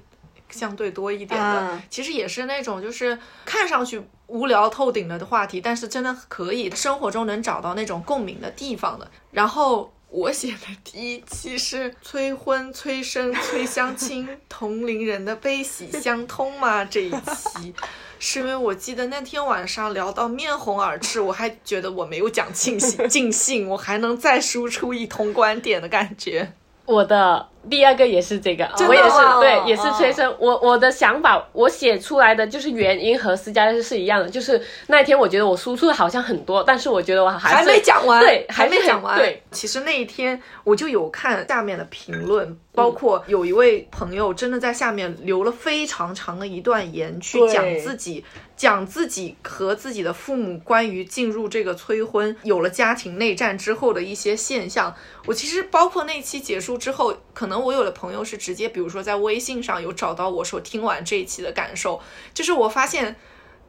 Speaker 2: 相对多一点的，
Speaker 1: 啊
Speaker 2: 其实也是那种就是看上去无聊透顶了的话题，但是真的可以生活中能找到那种共鸣的地方的。然后。我写的第一期是催婚、催生、催相亲，同龄人的悲喜相通吗？这一期，是因为我记得那天晚上聊到面红耳赤，我还觉得我没有讲尽
Speaker 3: [LAUGHS]
Speaker 2: 兴，尽兴，我还能再输出一通观点的感觉。
Speaker 3: 我的第二个也是这个，
Speaker 2: 真的
Speaker 3: 我也是
Speaker 2: 吗
Speaker 3: 对
Speaker 2: 哦，
Speaker 3: 也是催生。我我的想法，我写出来的就是原因和私家是一样的，就是那一天我觉得我输出的好像很多，但是我觉得我还
Speaker 2: 还
Speaker 3: 是
Speaker 2: 没讲完，
Speaker 3: 对，
Speaker 2: 还
Speaker 3: 还是
Speaker 2: 没
Speaker 3: 很
Speaker 2: 讲完。
Speaker 3: 对，，
Speaker 2: 其实那一天我就有看下面的评
Speaker 3: 嗯
Speaker 2: 论，包括有一位朋友真的在下面留了非常长的一段言，去
Speaker 1: 对
Speaker 2: 讲自己。讲自己和自己的父母关于进入这个催婚、有了家庭内战之后的一些现象，我其实包括那期结束之后，可能我有的朋友是直接，比如说在微信上有找到我说听完这一期的感受，就是我发现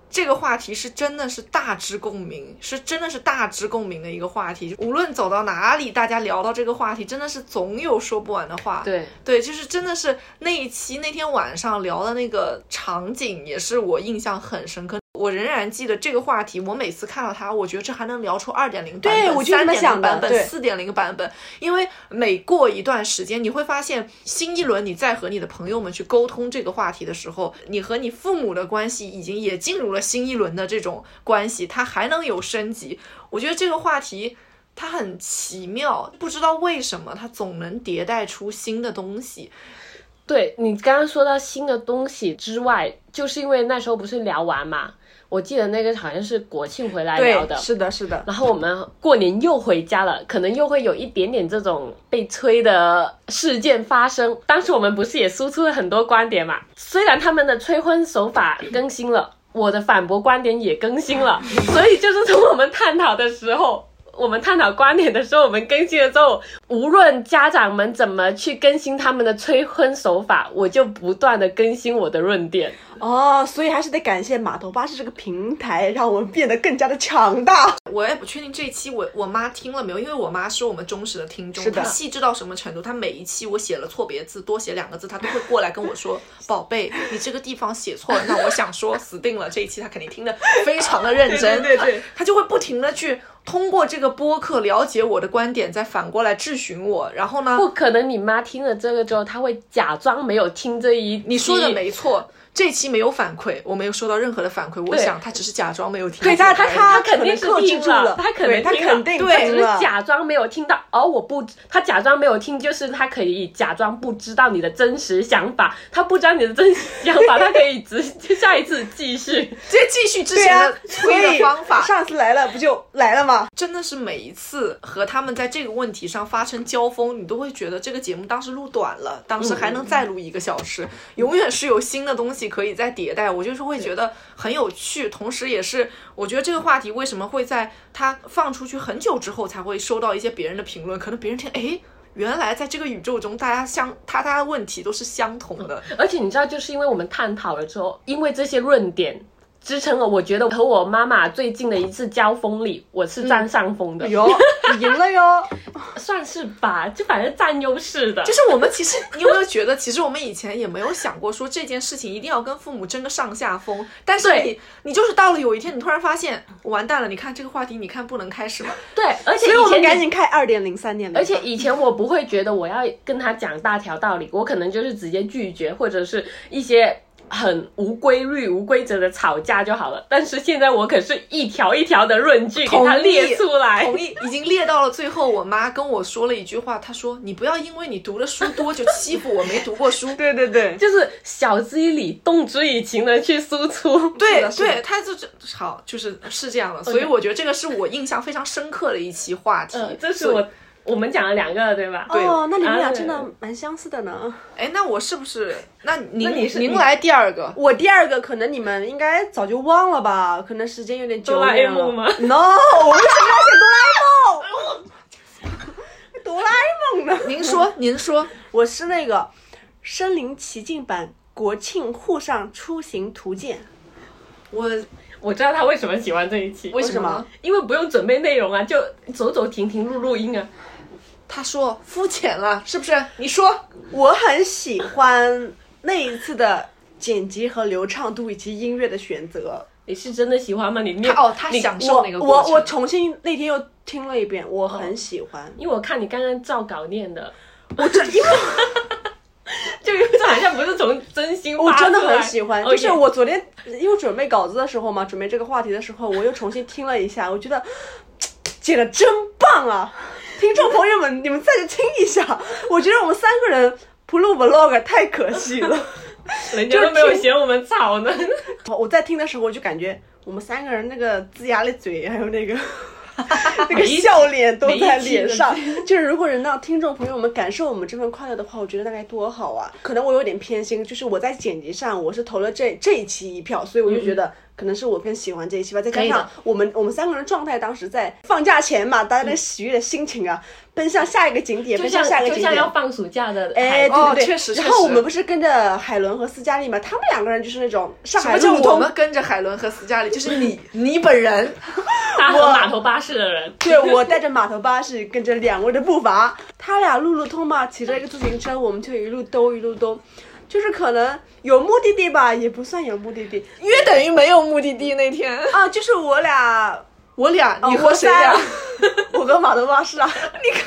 Speaker 2: 这个话题是真的是大致共鸣，是真的是大致共鸣的一个话题。无论走到哪里，大家聊到这个话题，真的是总有说不完的话。
Speaker 3: 对，
Speaker 2: 对，就是真的是那一期那天晚上聊的那个场景，也是我印象很深刻。我仍然记得这个话题，我每次看到它，我觉得这还能聊出二点零版
Speaker 1: 对
Speaker 2: 本、
Speaker 1: 我就这
Speaker 2: 三
Speaker 1: 么
Speaker 2: 点零
Speaker 1: 想的
Speaker 2: 版本、
Speaker 1: 对
Speaker 2: 四点零版本，因为每过一段时间，你会发现新一轮你再和你的朋友们去沟通这个话题的时候，你和你父母的关系已经也进入了新一轮的这种关系，它还能有升级。我觉得这个话题它很奇妙，不知道为什么它总能迭代出新的东西。
Speaker 3: 对你刚刚说到新的东西之外，就是因为那时候不是聊完嘛，我记得那个好像是国庆回来聊的，
Speaker 1: 是的，是的，
Speaker 3: 然后我们过年又回家了，可能又会有一点点这种被催的事件发生。当时我们不是也输出了很多观点嘛？ [LAUGHS] 虽然他们的催婚手法更新了，我的反驳观点也更新了， [LAUGHS] 所以就是从我们探讨的时候。我们探讨观点的时候，我们更新了之后，无论家长们怎么去更新他们的催婚手法，我就不断的更新我的论点。
Speaker 1: 哦，所以还是得感谢码头巴士这个平台，让我们变得更加的强大。
Speaker 2: 我也不确定这一期我我妈听了没有，因为我妈是我们忠实的听众，
Speaker 1: 是的
Speaker 2: 她细致到什么程度？她每一期我写了错别字，多写两个字，她都会过来跟我说：“宝贝，你这个地方写错了。”那我想说，死定了，这一期她肯定听得非常的认
Speaker 1: [LAUGHS]
Speaker 2: 真，
Speaker 1: 对对对对
Speaker 2: 她就会不停的去通过这个播客了解我的观点，再反过来质询我。然后呢，
Speaker 3: 不可能，你妈听了这个之后，她会假装没有听这一。
Speaker 2: 你说的没错。这期没有反馈，我没有收到任何的反馈。我
Speaker 3: 对
Speaker 2: 想她只是假装没有听见而
Speaker 1: 对
Speaker 2: 已。
Speaker 1: 他，
Speaker 3: 他
Speaker 1: 他
Speaker 3: 肯定是
Speaker 1: 克制
Speaker 3: 听
Speaker 1: 住
Speaker 3: 了
Speaker 1: 了，
Speaker 3: 他肯
Speaker 1: 对
Speaker 3: 定
Speaker 1: 他
Speaker 3: 听
Speaker 1: 肯
Speaker 3: 了
Speaker 1: 定
Speaker 2: 对
Speaker 1: 听
Speaker 3: [LAUGHS] 只是
Speaker 1: 了
Speaker 3: 假装没有听到，而、我不，他假装没有听，就是他可以假装不知道你的真实想法，他不知道你的真实想法，他可以直 [LAUGHS] 接下一次继续。
Speaker 2: 直接继续之
Speaker 1: 对
Speaker 2: 前
Speaker 1: 呀
Speaker 2: 的，催的方
Speaker 1: 所
Speaker 2: 法。
Speaker 1: 以上次来了不就来了吗？
Speaker 2: 真的是每一次和他们在这个问题上发生交锋，你都会觉得这个节目当时录短了，当时还能再录一个小时，永远是有新的东西可以再迭代。我就是会觉得很有趣，同时也是我觉得这个话题为什么会在它放出去很久之后才会收到一些别人的评论，可能别人听诶，原来在这个宇宙中，大家相他他的问题都是相同的，
Speaker 3: 而且你知道，就是因为我们探讨了之后，因为这些论点支撑了，我觉得和我妈妈最近的一次交锋里，我是占上风的，
Speaker 1: 哟，哎你赢了 [LAUGHS] 哟！
Speaker 3: 算是吧，就反正占优势的。
Speaker 2: 就是我们其实，你有没有觉得，其实我们以前也没有想过说这件事情一定要跟父母争个上下风，但是
Speaker 3: 对
Speaker 2: 你你就是到了有一天，你突然发现完蛋了，你看这个话题，你看不能开始
Speaker 3: [LAUGHS]
Speaker 2: 了，
Speaker 3: 对，而且
Speaker 1: 所以我
Speaker 3: 以
Speaker 1: 们
Speaker 3: 前你
Speaker 1: 赶紧开二点零三点零。
Speaker 3: 而且以前我不会觉得我要跟他讲大条道理，我可能就是直接拒绝，或者是一些很无规律、无规则的吵架就好了。但是现在我可是一条一条的论据给
Speaker 2: 同
Speaker 3: 他
Speaker 2: 意
Speaker 3: 列出来
Speaker 2: 同，意已经列到了最后，我妈跟我说了一句话，她说你不要因为你读的书多就欺负我没读过书。
Speaker 1: 对对对，
Speaker 3: 就是晓之以理，动之以情的去输出。
Speaker 1: 是
Speaker 2: 对
Speaker 1: 的是的
Speaker 2: 对，她就是好，就是是这样的，所以我觉得这个是我印象非常深刻的一期话题。
Speaker 3: 嗯，这是
Speaker 2: 所以
Speaker 3: 我我们讲了两个，对吧？
Speaker 2: 对
Speaker 1: 哦，那你们
Speaker 3: 啊
Speaker 1: 俩
Speaker 3: 对
Speaker 1: 真的蛮相似的呢。
Speaker 2: 哎，那我是不是？那您
Speaker 3: 你是
Speaker 2: 您来第二
Speaker 3: [LAUGHS]
Speaker 2: 个，
Speaker 1: 我第二个可能你们应该早就忘了吧，可能时间有点久
Speaker 3: 哆啦
Speaker 1: 远
Speaker 3: A 梦
Speaker 1: 了
Speaker 3: 吗。
Speaker 1: No，我为什么要写哆啦 A 梦？ [LAUGHS] 哆啦 A 梦呢？
Speaker 2: 您说，您说，
Speaker 1: 我是那个身临其境版国庆沪上出行图鉴。
Speaker 2: 我
Speaker 5: 我知道他为什么喜欢这一期，
Speaker 1: 为什么？
Speaker 5: 因为不用准备内容啊，就走走停停录录音啊。
Speaker 2: 他说肤浅了，是不是？你说，
Speaker 1: 我很喜欢那一次的剪辑和流畅度以及音乐的选择。
Speaker 5: 你是真的喜欢吗？你面
Speaker 2: 他哦，他享受
Speaker 1: 我
Speaker 2: 那个过
Speaker 1: 我
Speaker 2: 程
Speaker 1: 我重新那天又听了一遍，我很喜欢。
Speaker 2: 哦
Speaker 5: 因为我看你刚刚照稿念的，
Speaker 1: 我这
Speaker 2: [LAUGHS]
Speaker 1: 因为
Speaker 5: 就这好像不是从真心发
Speaker 1: 我真的
Speaker 5: 出来
Speaker 1: 很喜欢，
Speaker 5: OK
Speaker 1: 就是我昨天因为准备稿子的时候嘛，准备这个话题的时候，我又重新听了一下，我觉得剪的真棒啊！听众朋友们，你们再去听一下，我觉得我们三个人不录 vlog 太可惜了。
Speaker 5: 人家都没有嫌我们吵 [LAUGHS] 呢。
Speaker 1: 哦我在听的时候，我就感觉我们三个人那个龇牙咧嘴，还有
Speaker 2: [LAUGHS]
Speaker 1: 那个那个笑脸都在脸上。就是如果能让听众朋友们感受我们这份快乐的话，我觉得那该多好啊！可能我有点偏心，就是我在剪辑上我是投了这这一期一票，所以我就觉
Speaker 2: 嗯
Speaker 1: 得。可能是我更喜欢这一期吧，再加
Speaker 5: 以的
Speaker 1: 上我们我们三个人状态，当时在放假前嘛，大家
Speaker 2: 嗯
Speaker 1: 那喜悦的心情啊，奔向下一个景点，
Speaker 5: 就
Speaker 1: 奔
Speaker 5: 像
Speaker 1: 向下一个
Speaker 5: 就
Speaker 1: 景点
Speaker 5: 像，要放暑假的
Speaker 1: 哎，
Speaker 5: 孩子，
Speaker 1: 对
Speaker 2: 哦
Speaker 1: 对对，
Speaker 2: 确实
Speaker 1: 然
Speaker 2: 确
Speaker 1: 后
Speaker 2: 实
Speaker 1: 我们不是跟着海伦和斯嘉丽嘛，他们两个人就是那种上
Speaker 2: 什
Speaker 1: 海
Speaker 2: 么叫
Speaker 1: 路
Speaker 2: 我
Speaker 1: 通
Speaker 2: 们跟着海伦和斯嘉丽？就是你，你本人。
Speaker 5: 他和码头巴士的人，
Speaker 1: 对我带着码头巴士，跟着两位的步伐，他俩路路通嘛，骑着一个自行车，我们就一路兜一路兜，就是可能有目的地吧，也不算有目的地
Speaker 2: 约等于没有目的地那天。
Speaker 1: 啊，就是我俩，
Speaker 2: [LAUGHS] 我俩，
Speaker 1: 哦
Speaker 2: 你和谁呀、
Speaker 1: 我 [LAUGHS]
Speaker 2: [LAUGHS]
Speaker 1: 我跟码头巴士啊，你看，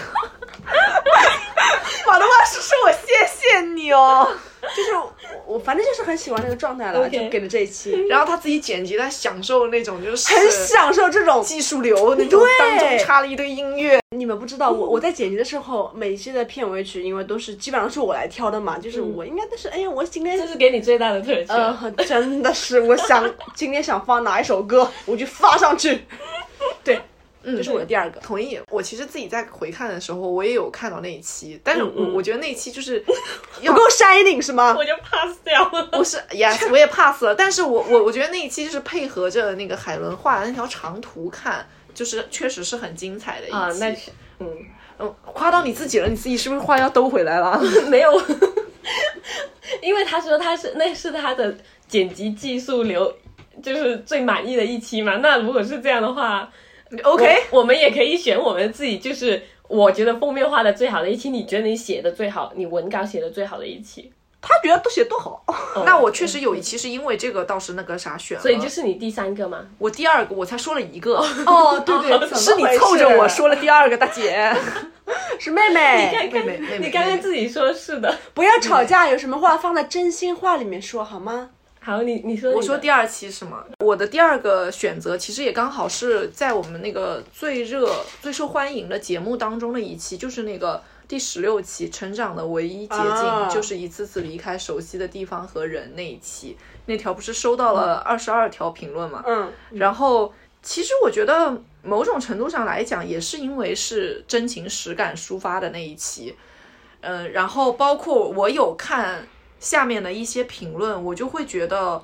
Speaker 2: 马德巴是说我谢谢你哦。
Speaker 1: 就是我我反正就是很喜欢那个状态了
Speaker 5: OK
Speaker 1: 就给了这一期，
Speaker 2: 然后他自己剪辑，他享受那种就是
Speaker 1: 很享受这种。
Speaker 2: 技术流那种
Speaker 1: 对，
Speaker 2: 当中插了一堆音乐。
Speaker 1: 你们不知道，我
Speaker 2: 嗯
Speaker 1: 我在剪辑的时候，每一期的片尾曲，因为都是基本上是我来挑的嘛，就是
Speaker 2: 嗯
Speaker 1: 我应该都是，哎呀，我今天
Speaker 5: 这是给你最大的特权。
Speaker 1: 呃，真的是，我想今天想放哪一首 [LAUGHS] 歌，我就发上 [LAUGHS] 去。对，
Speaker 2: 嗯，
Speaker 1: 这是我的第二个。
Speaker 2: 同意。我其实自己在回看的时候，我也有看到那一期，但是我、我觉得那一期就是
Speaker 1: 不够 shining 是吗
Speaker 5: 我？就 pass 掉了。
Speaker 2: 哦不是 yes，我也 pass 了。但是我我我觉得那一期就是配合着那个海伦画的那条长图看，就是确实是很精彩的一
Speaker 5: [LAUGHS]
Speaker 2: 期。
Speaker 5: 啊，那是嗯，
Speaker 2: 嗯，夸到你自己了，你自己是不是话要兜回来了？
Speaker 5: [LAUGHS] 没有，因为他说他是那是他的剪辑技术流，就是最满意的一期嘛。那如果是这样的话
Speaker 2: OK
Speaker 5: 我我们也可以选我们自己，就是我觉得封面画的最好的一期，你觉得你写的最好，你文稿写的最好的一期。
Speaker 1: 他觉得都写得多 [LAUGHS] 好，
Speaker 5: 哦
Speaker 2: 那我确实有一期是因为这个倒是那个啥选了，
Speaker 5: 所以就是你第三个嘛，
Speaker 2: 我第二个我才说了一个，
Speaker 1: 哦，对对，
Speaker 2: [LAUGHS] 是你凑着
Speaker 5: 啊
Speaker 2: 我，说了第二个，大姐，
Speaker 1: [LAUGHS] 是妹 [LAUGHS] 妹，
Speaker 5: 看看
Speaker 2: 妹妹妹妹
Speaker 5: 你刚刚自己说是的。
Speaker 1: 不要吵架，有什么话放在真心话里面说好吗？
Speaker 5: [LAUGHS] 好，你你说你的
Speaker 2: 我说第二期是吗？我的第二个选择其实也刚好是在我们那个最热、最受欢迎的节目当中的一期，就是那个第十六期《成长的唯一捷径》
Speaker 1: 啊
Speaker 2: 就是一次次离开熟悉的地方和人那一期，那条不是收到
Speaker 5: 嗯
Speaker 2: 了二十二条评论嘛？
Speaker 1: 嗯，
Speaker 2: 然后其实我觉得某种程度上来讲，也是因为是真情实感抒发的那一期，嗯，然后包括我有看下面的一些评论，我就会觉得。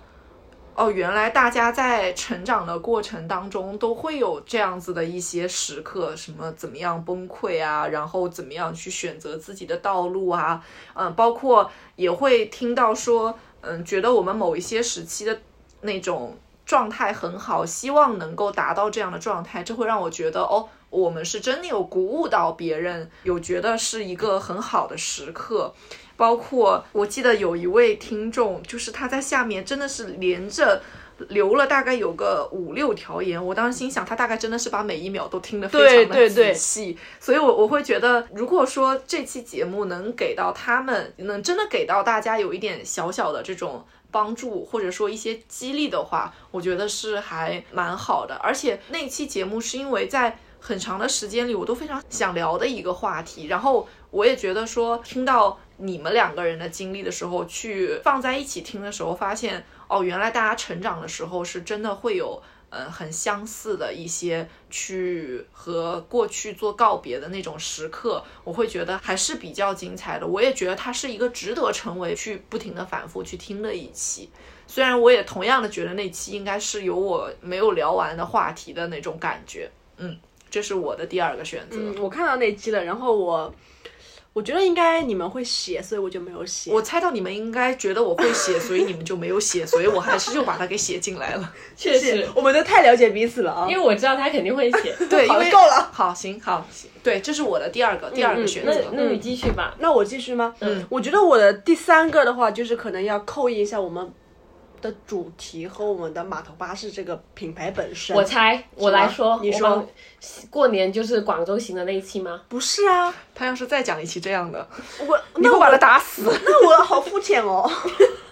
Speaker 2: 哦，原来大家在成长的过程当中都会有这样子的一些时刻，什么怎么样崩溃啊，然后怎么样去选择自己的道路啊，嗯，包括也会听到说，嗯，觉得我们某一些时期的那种状态很好，希望能够达到这样的状态，这会让我觉得哦，我们是真的有鼓舞到别人，有觉得是一个很好的时刻。包括我记得有一位听众，就是他在下面真的是连着。留了大概有个五六条言，我当时心想，他大概真的是把每一秒都听得非常的
Speaker 1: 对对对
Speaker 2: 仔细，所以我我会觉得，如果说这期节目能给到他们，能真的给到大家有一点小小的这种帮助，或者说一些激励的话，我觉得是还蛮好的。而且那期节目是因为在很长的时间里，我都非常想聊的一个话题，然后我也觉得说，听到你们两个人的经历的时候，去放在一起听的时候，发现哦，原来大家成长的时候是真的会有。嗯，很相似的一些去和过去做告别的那种时刻，我会觉得还是比较精彩的。我也觉得它是一个值得成为去不停的反复去听的一期。虽然我也同样的觉得那期应该是有我没有聊完的话题的那种感觉。嗯，这是我的第二个选择。
Speaker 1: 嗯，我看到那期了，然后我我觉得应该你们会写，所以我就没有写。
Speaker 2: 我猜到你们应该觉得我会写，所以你们就没有写，所以我还是又把它给写进来了。
Speaker 5: 确
Speaker 1: 是
Speaker 5: 实，
Speaker 1: 我们都太了解彼此了啊。
Speaker 5: 因为我知道他肯定会写。
Speaker 2: [LAUGHS] 对，因
Speaker 1: 好
Speaker 2: 为
Speaker 1: 够了
Speaker 2: 好，行，好，行嗯对，这是我的第二个第二个选
Speaker 5: 那
Speaker 2: 择。
Speaker 5: 那你继续吧。
Speaker 1: 那我继续吗？
Speaker 5: 嗯，
Speaker 1: 我觉得我的第三个的话，就是可能要扣印一下我们的主题和我们的码头巴士这个品牌本身。
Speaker 5: 我猜，我来说，
Speaker 1: 你
Speaker 5: 我
Speaker 1: 说
Speaker 5: 帮，过年就是广州行的那一期吗？
Speaker 1: 不是啊，
Speaker 2: 他要是再讲一期这样的，
Speaker 1: 我
Speaker 2: 你
Speaker 1: 那
Speaker 2: 会
Speaker 1: 我
Speaker 2: 把他打死。
Speaker 1: 那我好肤浅哦。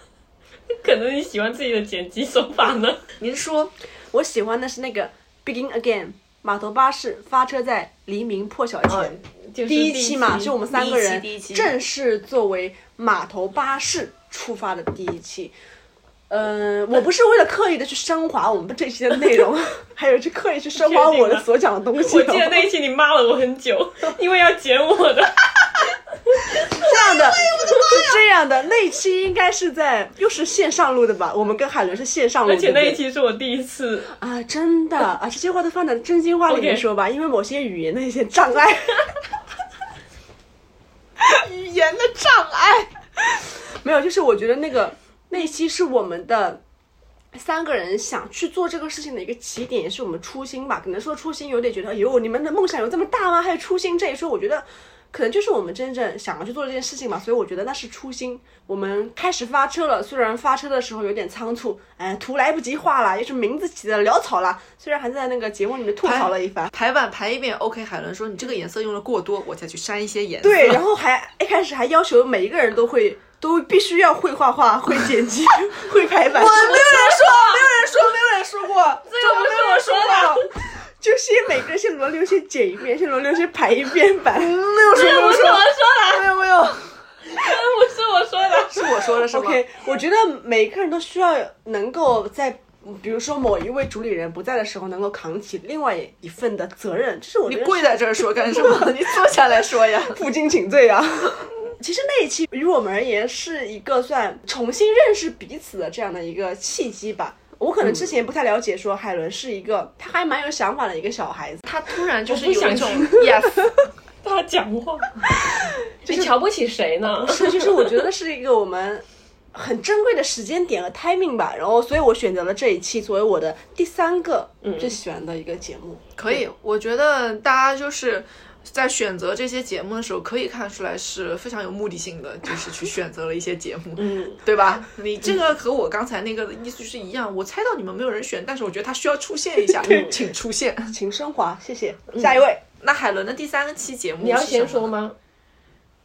Speaker 5: [LAUGHS] 可能你喜欢自己的剪辑手法呢。
Speaker 2: 您说，
Speaker 1: 我喜欢的是那个 Begin Again 码头巴士发车在黎明破晓
Speaker 5: [LAUGHS]
Speaker 1: 前。
Speaker 5: 哦就是
Speaker 1: 第一期嘛，是
Speaker 5: [LAUGHS]
Speaker 1: 我们三个人
Speaker 2: 第一期第一期
Speaker 1: 正式作为码头巴士出发的第一期。嗯，我不是为了刻意的去升华我们这一期的
Speaker 5: [LAUGHS]
Speaker 1: 内容，还有去刻意去升华我的所讲的东西。哦
Speaker 5: 我记得那一期你骂了我很久，因为要剪我的。
Speaker 1: 这样
Speaker 5: 哎
Speaker 1: 的，是这样的，那一期应该是在又是线上录的吧？我们跟海伦是线上录，
Speaker 5: 而且那
Speaker 1: 对
Speaker 5: 一
Speaker 1: 不对
Speaker 5: 期是我第一次，
Speaker 1: 啊，真的啊，这些话都放在真心话里面
Speaker 5: OK
Speaker 1: 说吧，因为某些语言的一些障碍。
Speaker 2: [LAUGHS] 语言的障碍。
Speaker 1: 没有，就是我觉得那个那期是我们的三个人想去做这个事情的一个起点，也是我们初心吧。可能说初心有点觉得，哎呦，你们的梦想有这么大吗？还有初心这一说，我觉得可能就是我们真正想要去做这件事情吧。所以我觉得那是初心。我们开始发车了，虽然发车的时候有点仓促，哎，图来不及画了，也是名字起的潦草了。虽然还在那个节目里面吐槽了一番。
Speaker 2: 排版排一遍，OK。海伦说你这个颜色用的过多，我再去删一些颜色。 [LAUGHS]
Speaker 1: 对，然后还一开始还要求每一个人都会都必须要会画
Speaker 2: [LAUGHS]
Speaker 1: 画、会剪辑、 [LAUGHS] 会排版。 [LAUGHS]
Speaker 2: 人说过，
Speaker 5: 这不是我说的，
Speaker 1: 就先每个人先轮流先剪一遍，先轮流先排一遍
Speaker 2: [LAUGHS]
Speaker 1: 版。没有
Speaker 5: 这不是我说 [LAUGHS] 的，
Speaker 1: 没有没有。
Speaker 5: 这不是我说的。
Speaker 2: 是我说的是吗
Speaker 1: OK，我觉得每个人都需要能够在，比如说某一位主理人不在的时候，能够扛起另外一份的责任，这是我
Speaker 2: 你
Speaker 1: 觉得
Speaker 2: 跪在这儿说干什么？ [LAUGHS] 你坐下来说呀。
Speaker 1: [LAUGHS] 负荆请罪啊。 [LAUGHS] 其实那一期于我们而言是一个算重新认识彼此的这样的一个契机吧。我可能之前不太了解，说海伦是一个他还蛮有想法的一个小 [LAUGHS] 孩子，
Speaker 2: 他突然就是
Speaker 5: 我不
Speaker 2: 有
Speaker 5: 想
Speaker 2: 一种
Speaker 5: [LAUGHS]
Speaker 2: yes，
Speaker 5: 他讲话，你瞧不起谁 [LAUGHS] 呢？
Speaker 1: 是，就是我觉得是一个我们很珍贵的时间点和 timing 吧。然后，所以我选择了这一期作为我的第三个最喜欢的一个节目。
Speaker 2: 可以。我觉得大家就是。在选择这些节目的时候，可以看出来是非常有目的性的，就是去选择了一些节目，
Speaker 1: 嗯，
Speaker 5: [LAUGHS]
Speaker 2: 对吧？你这
Speaker 5: 嗯
Speaker 2: 个和我刚才那个意思是一样。我猜到你们没有人选，但是我觉得他需要出
Speaker 5: [LAUGHS]
Speaker 2: 现一下，请出现。
Speaker 1: 请升华，谢谢。下一位，
Speaker 2: 那海伦的第三期节目，
Speaker 5: 你要先说？吗？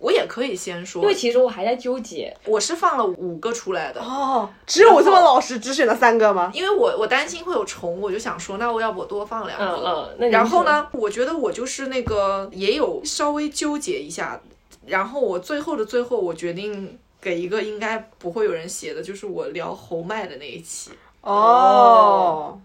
Speaker 2: 我也可以先说
Speaker 5: 因为，其实我还在纠结，
Speaker 2: 我是放了五个出来的，
Speaker 1: 哦，只有我这么老实，只选了三个吗？
Speaker 2: 因为我我担心会有重，我就想说，那我要不我多放两个？
Speaker 5: 嗯嗯，那你
Speaker 2: 然
Speaker 5: 说？
Speaker 2: 后呢，我觉得我就是那个也有稍微纠结一下，然后我最后的最后，我决定给一个应该不会有人写的，就是我聊侯麦的那一期。
Speaker 1: 哦，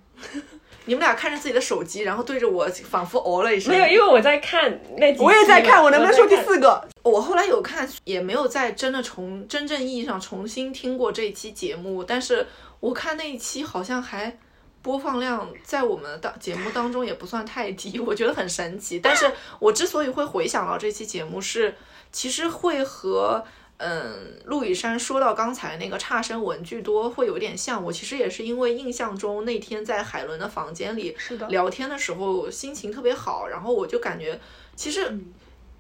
Speaker 2: 你们俩看着自己的手机，然后对着我，仿佛哦了一声。
Speaker 5: 没有，因为我在看那几期嘛，
Speaker 1: 我也在看，我能不能说第
Speaker 5: 我在看？
Speaker 1: 四个？
Speaker 2: 我后来有看，也没有再真的重真正意义上重新听过这一期节目，但是我看那一期好像还播放量在我们的节目当中也不算太低，我觉得很神奇。但是我之所以会回想到这期节目是，其实会和嗯陆羽山说到刚才那个差生文具多会有点像，我其实也是因为印象中那天在海伦的房间里
Speaker 1: 是的
Speaker 2: 聊天的时候心情特别好，然后我就感觉其实。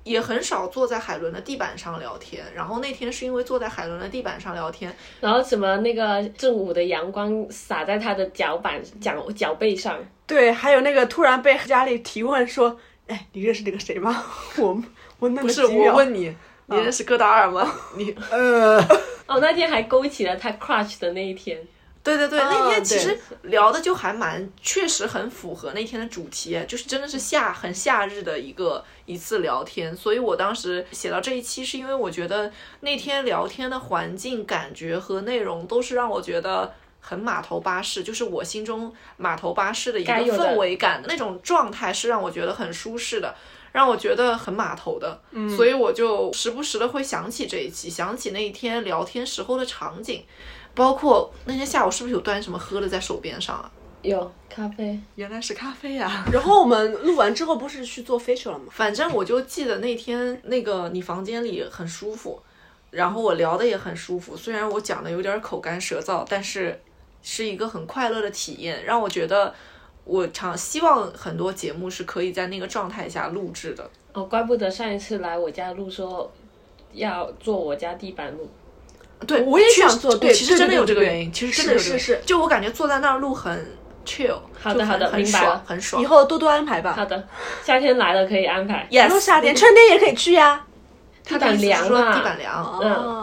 Speaker 2: 也很少坐在海伦的地板上聊天，然后那天是因为坐在海伦的地板上聊天，
Speaker 5: 然后什么那个正午的阳光洒在他的脚板脚脚背上，
Speaker 1: 对，还有那个突然被家里提问说，哎，你认识那个谁吗？ [LAUGHS] 我我那
Speaker 2: 不
Speaker 1: 么
Speaker 2: 是
Speaker 1: 几
Speaker 2: 我
Speaker 1: 秒， [LAUGHS]
Speaker 2: 问你，你认识戈达尔 [LAUGHS] 吗？你
Speaker 1: 呃，
Speaker 5: 哦，那天还勾起了他 crush 的那一天。
Speaker 2: 对对对，
Speaker 1: 啊
Speaker 2: 那天其
Speaker 1: 对
Speaker 2: 实聊的就还蛮，确实很符合那天的主题，就是真的是夏很夏日的一个一次聊天。所以我当时写到这一期，是因为我觉得那天聊天的环境、感觉和内容都是让我觉得。很码头巴士，就是我心中码头巴士的一个
Speaker 5: 该有的
Speaker 2: 氛围感，那种状态是让我觉得很舒适的，让我觉得很码头的，
Speaker 1: 嗯
Speaker 2: 所以我就时不时的会想起这一期，想起那一天聊天时候的场景，包括那天下午是不是有端什么喝的在手边上啊？
Speaker 3: 有咖啡，
Speaker 1: 原来是咖啡啊呀、然后我们录完之后不是去做 facial 了吗？
Speaker 2: 反正我就记得那天那个你房间里很舒服，然后我聊的也很舒服，虽然我讲的有点口干舌燥，但是是一个很快乐的体验，让我觉得我常希望很多节目是可以在那个状态下录制的。
Speaker 3: 哦，怪不得上一次来我家录说要做我家地板录，
Speaker 2: 对，
Speaker 1: 我也
Speaker 2: 其实
Speaker 1: 想做
Speaker 2: 对，
Speaker 1: 对
Speaker 2: 其实真的
Speaker 1: 对
Speaker 2: 有这个
Speaker 1: 对
Speaker 2: 原因，其实
Speaker 1: 是
Speaker 2: 真的有这个原因
Speaker 1: 是是
Speaker 2: 就我感觉坐在那儿录很 chill，
Speaker 3: 好
Speaker 2: 就
Speaker 3: 的
Speaker 2: 很
Speaker 3: 好的
Speaker 2: 很
Speaker 3: 明白
Speaker 2: 爽
Speaker 3: 了，
Speaker 2: 很
Speaker 1: 以
Speaker 2: 爽。
Speaker 1: 后多多安排
Speaker 3: 好
Speaker 1: 吧。
Speaker 3: 的，夏天来了可以安排。
Speaker 1: 不用夏天，春天也可以去呀。
Speaker 3: 地
Speaker 2: 他的
Speaker 3: 板
Speaker 2: 意思
Speaker 3: 凉
Speaker 2: 是说
Speaker 3: 啊，
Speaker 2: 地板凉，
Speaker 1: 哦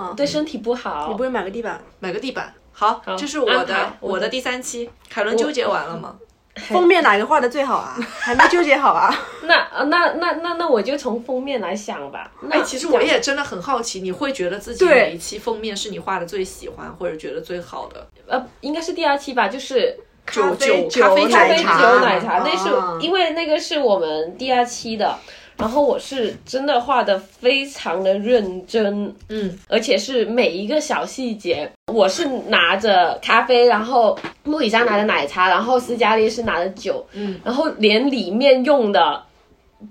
Speaker 3: 嗯，对身体不好
Speaker 1: 你不。会买个地板？
Speaker 2: 买个地板。好，这是我
Speaker 3: 安
Speaker 2: 的
Speaker 3: 排
Speaker 2: 我
Speaker 3: 我
Speaker 2: 的
Speaker 3: 的
Speaker 2: 第三期。凯伦纠结完了吗？
Speaker 1: 封面哪个画的最好啊？还没纠结好
Speaker 2: [LAUGHS]
Speaker 1: 啊。
Speaker 3: 那呃那那那那我就从封面来想吧。那
Speaker 2: 哎，其实我也真的很好奇，你会觉得自己
Speaker 1: 对
Speaker 2: 哪一期封面是你画的最喜欢或者觉得最好的？
Speaker 3: 呃应该是第二期吧，就是
Speaker 1: 酒
Speaker 2: 啡
Speaker 1: 酒
Speaker 2: 咖啡
Speaker 3: 咖啡
Speaker 1: 奶
Speaker 3: 酒
Speaker 1: 茶
Speaker 3: 奶茶，那
Speaker 1: 啊
Speaker 3: 是因为那个是我们第二期的，然后我是真的画的非常的认真，
Speaker 2: 嗯，
Speaker 3: 而且是每一个小细节，我是拿着咖啡，然后穆里莎拿着奶茶，然后斯嘉丽是拿着酒，
Speaker 2: 嗯，
Speaker 3: 然后连里面用的。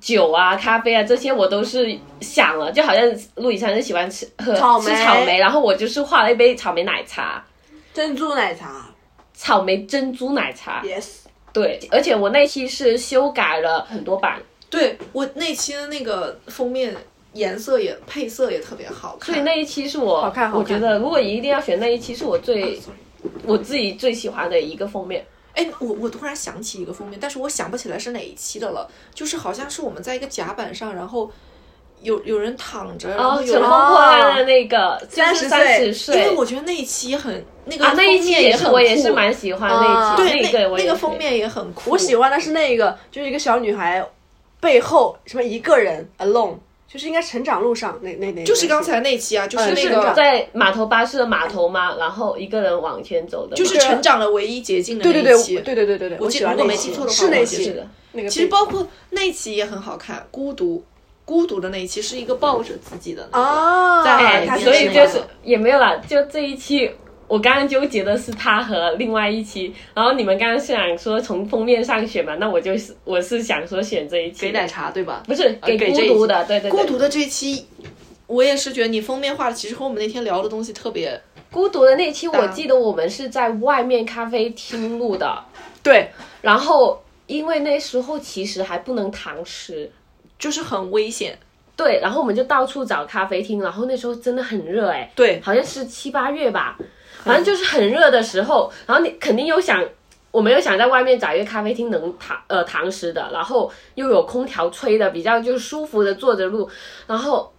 Speaker 3: 酒啊，咖啡啊，这些我都是想了，就好像陆以珊是喜欢吃喝
Speaker 1: 草莓
Speaker 3: 吃草莓，然后我就是画了一杯草莓奶茶，
Speaker 1: 珍珠奶茶
Speaker 3: 草莓珍珠奶茶，
Speaker 2: [LAUGHS]
Speaker 1: ，yes。
Speaker 3: 对，而且我那期是修改了很多版，
Speaker 2: 对我那期的那个封面颜色也配色也特别好看，
Speaker 3: 所以那一期是我
Speaker 1: 好看好看
Speaker 3: 我觉得如果一定要选那一期，是我最、
Speaker 2: 啊
Speaker 3: 我自己最喜欢的一个封面。
Speaker 2: 哎，我我突然想起一个封面，但是我想不起来是哪一期的了，就是好像是我们在一个甲板上，然后有有人躺着，然
Speaker 3: 然
Speaker 2: 后
Speaker 3: 后
Speaker 2: 有
Speaker 3: 乘
Speaker 2: 人
Speaker 3: 风
Speaker 1: 哦
Speaker 3: 破浪的那个，就是
Speaker 1: 30
Speaker 3: 三
Speaker 1: 岁
Speaker 3: 十
Speaker 2: 因为
Speaker 3: 岁，
Speaker 2: 我觉得那一期很那个
Speaker 3: 啊，那一
Speaker 2: 封
Speaker 3: 期
Speaker 2: 面
Speaker 3: 也是
Speaker 2: 很
Speaker 3: 我也是
Speaker 2: 酷
Speaker 3: 蛮喜欢那
Speaker 1: 啊
Speaker 3: 一期，
Speaker 2: 对
Speaker 3: 那个我
Speaker 2: 那
Speaker 3: 也
Speaker 2: 个
Speaker 3: 是
Speaker 2: 封面也很酷，
Speaker 1: 我喜欢的是那个，就是一个小女孩背后什么一个人 alone，就是应该成长路上那那那。
Speaker 2: 就是刚
Speaker 1: 那
Speaker 2: 才那期啊，就是
Speaker 3: 呃
Speaker 1: 嗯
Speaker 2: 那
Speaker 1: 是
Speaker 2: 个
Speaker 1: 的
Speaker 3: 在码头巴士的码头嘛，然后一个人往前走的嘛，
Speaker 2: 就是
Speaker 1: 对啊
Speaker 2: 成长的唯一捷径的
Speaker 1: 对对对
Speaker 2: 那一期。
Speaker 1: 我对对对对对，
Speaker 2: 我
Speaker 1: 我
Speaker 2: 记
Speaker 1: 喜欢
Speaker 2: 如果
Speaker 1: 那
Speaker 2: 没
Speaker 1: 期
Speaker 2: 记错的话
Speaker 1: 是
Speaker 2: 我
Speaker 1: 那
Speaker 2: 记得
Speaker 1: 期
Speaker 3: 是的。
Speaker 1: 那个
Speaker 2: 其实
Speaker 1: 背
Speaker 2: 包括那期也很好看，孤独孤独的那一期是一个抱着自己的那个
Speaker 1: 啊，
Speaker 2: 在
Speaker 3: 哎
Speaker 1: 他，
Speaker 3: 所
Speaker 2: 是
Speaker 3: 以
Speaker 2: 吗
Speaker 3: 就是也没有啦，就这一期。我刚刚纠结的是他和另外一期，然后你们刚刚是想说从封面上选嘛，那我就是我是想说选这一期，
Speaker 2: 给奶茶对吧？
Speaker 3: 不是
Speaker 2: 呃给
Speaker 3: 孤
Speaker 2: 这一
Speaker 3: 独
Speaker 2: 期
Speaker 3: 的，对对对，
Speaker 2: 孤独的这一期，我也是觉得你封面画的其实和我们那天聊的东西特别
Speaker 3: 孤独的那期，我
Speaker 2: 搭
Speaker 3: 记得我们是在外面咖啡厅录的，
Speaker 2: 对，
Speaker 3: 然后因为那时候其实还不能堂食，
Speaker 2: 就是很危险。
Speaker 3: 对，然后我们就到处找咖啡厅，然后那时候真的很热哎、
Speaker 2: 对，
Speaker 3: 好像是七八月吧，反正就是很热的时候，然后你肯定又想，我们又想在外面找一个咖啡厅能堂呃堂食的，然后又有空调吹的，比较就是舒服的坐着录，然后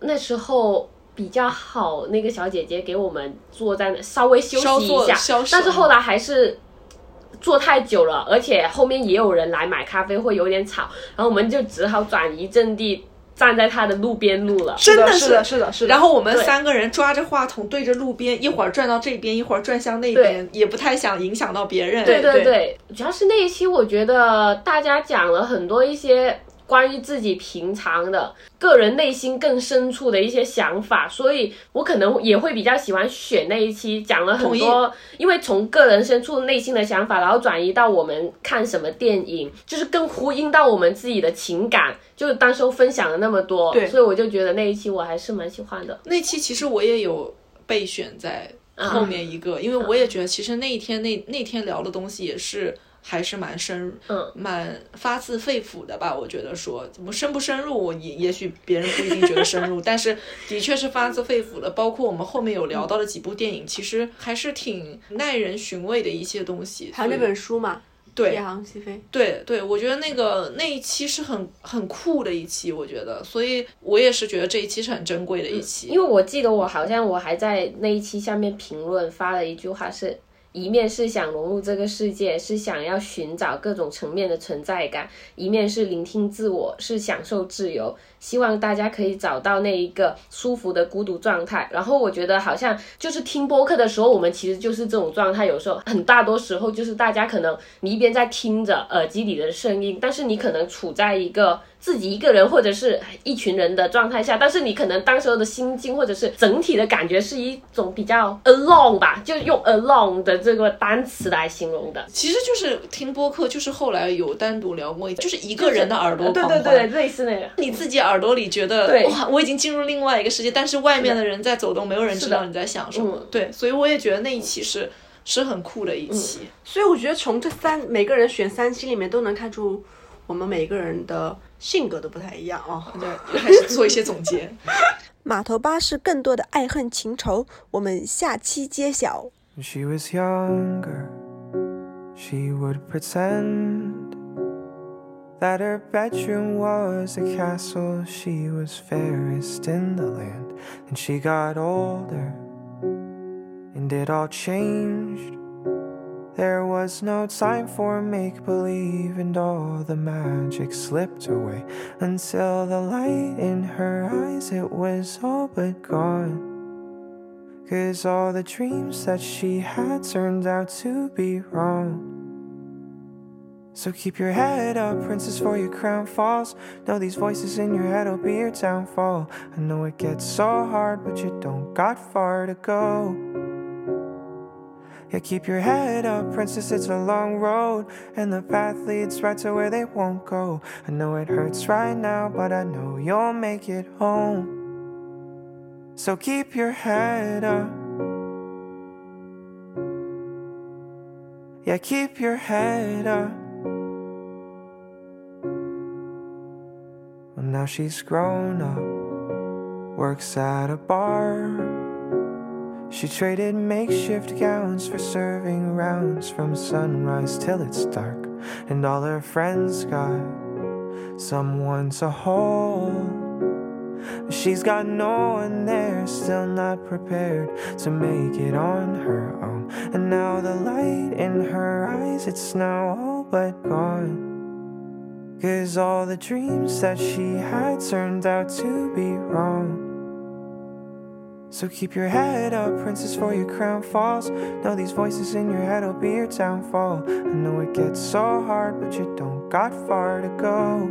Speaker 3: 那时候。比较好，那个小姐姐给我们坐在那稍微休
Speaker 2: 稍
Speaker 3: 息一
Speaker 2: 作
Speaker 3: 下
Speaker 2: 消，
Speaker 3: 但是
Speaker 2: 暑
Speaker 3: 后来还是坐太久了，而且后面也有人来买咖啡，会有点吵，然后我们就只好转移阵地，站在她的路边录了。
Speaker 2: 真
Speaker 1: 的
Speaker 2: 是
Speaker 1: 的是的是的。
Speaker 2: 然后我们
Speaker 3: 对
Speaker 2: 三个人抓着话筒对着路边，一会儿转到这边，一会儿转向那
Speaker 3: 对
Speaker 2: 边，也不太想影响到别人。
Speaker 3: 对
Speaker 1: 对
Speaker 3: 对对，主要是那一期，我觉得大家讲了很多一些关于自己平常的、个人内心更深处的一些想法，所以我可能也会比较喜欢选那一期，讲了很多，因为从个人深处内心的想法，然后转移到我们看什么电影，就是更呼应到我们自己的情感。就是当时候分享了那么多，
Speaker 1: 对
Speaker 3: 所以我就觉得那一期我还是蛮喜欢的。
Speaker 2: 那期其实我也有备选在
Speaker 3: 啊
Speaker 2: 后面一个，因为我也觉得其实那一天那那天聊的东西也是还是蛮深入，
Speaker 3: 嗯，
Speaker 2: 蛮发自肺腑的吧。我觉得说怎么深不深入，我也也许别人不一定觉得深入，但是的确是发自肺腑的。包括我们后面有聊到的几部电影，其实还是挺耐人寻味的一些东西。
Speaker 1: 还有那
Speaker 2: 所以
Speaker 1: 本书嘛，
Speaker 2: 对
Speaker 1: 夜航西飞。
Speaker 2: 对对，我觉得那个那一期是很很酷的一期，我觉得，所以我也是觉得这一期是很珍贵的一期。
Speaker 3: 嗯因为我记得我好像我还在那一期下面评论发了一句话是。一面是想融入这个世界，是想要寻找各种层面的存在感；一面是聆听自我，是享受自由。希望大家可以找到那一个舒服的孤独状态。然后我觉得好像就是听播客的时候，我们其实就是这种状态。有时候很大多时候就是大家可能你一边在听着耳机里的声音，但是你可能处在一个自己一个人或者是哎一群人的状态下，但是你可能当时候的心境或者是整体的感觉是一种比较 alone 吧，就用 alone 的这个单词来形容的。
Speaker 2: 其实就是听播客，就是后来有单独聊过，就是一个人的耳朵
Speaker 3: 对
Speaker 2: 狂
Speaker 3: 对
Speaker 2: 欢。
Speaker 3: 对，类似那个。
Speaker 2: 你自己耳朵里觉得
Speaker 3: 对
Speaker 2: 哇，我已经进入另外一个世界，但是外面的人在走动，没有人知道你在想什
Speaker 3: 嗯
Speaker 2: 么。对，所以我也觉得那一期是是很酷的一期。
Speaker 1: 所以我觉得从这三每个人选三期里面都能看出我们每个人的性格都不太一样啊、
Speaker 3: 嗯
Speaker 2: 对，又开始做一些总结。
Speaker 6: 码头巴士更多的爱恨情仇，我们下期揭晓。
Speaker 7: When she was younger, she would pretend that her bedroom was a castle, she was fairest in the land. Then she got older, and it all changed. There was no time for make believe, and all the magic slipped away until the light in her eyes, it was all but gone. Cause all the dreams that she had turned out to be wrong. So keep your head up, princess, for your crown falls. Know these voices in your head will be your downfall. I know it gets so hard, but you don't got far to go. Yeah, keep your head up, princess, it's a long road. And the path leads right to where they won't go. I know it hurts right now, but I know you'll make it home. So keep your head up. Yeah, keep your head up. Well, now she's grown up, works at a bar. She traded makeshift gowns for serving rounds from sunrise till it's dark. And all her friends got someone to hold. She's got no one there, still not prepared to make it on her own. And now the light in her eyes, it's now all but gone. Cause all the dreams that she had turned out to be wrong. So keep your head up, princess, for your crown falls. Know these voices in your head will be your downfall. I know it gets so hard, but you don't got far to go.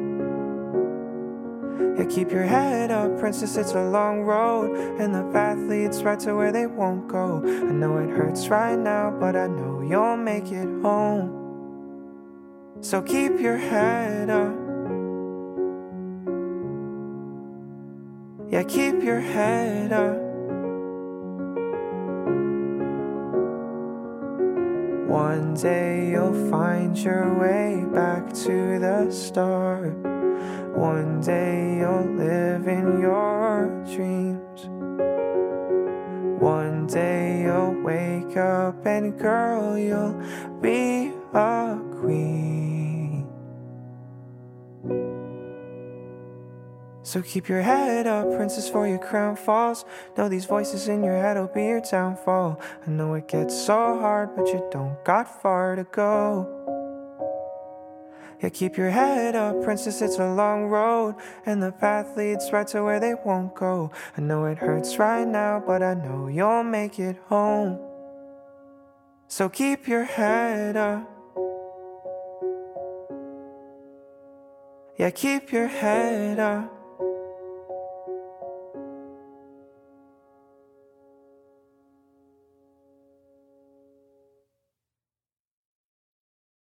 Speaker 7: Yeah, keep your head up, princess, it's a long road. And the path leads right to where they won't go. I know it hurts right now, but I know you'll make it home. So keep your head up. Yeah, keep your head up. One day you'll find your way back to the start. One day you'll live in your dreams. One day you'll wake up and girl, you'll be a queen. So keep your head up, princess, for your crown falls. Know these voices in your head will be your downfall. I know it gets so hard, but you don't got far to go. Yeah, keep your head up, princess, it's a long road. And the path leads right to where they won't go. I know it hurts right now, but I know you'll make it home. So keep your head up. Yeah, keep your head up.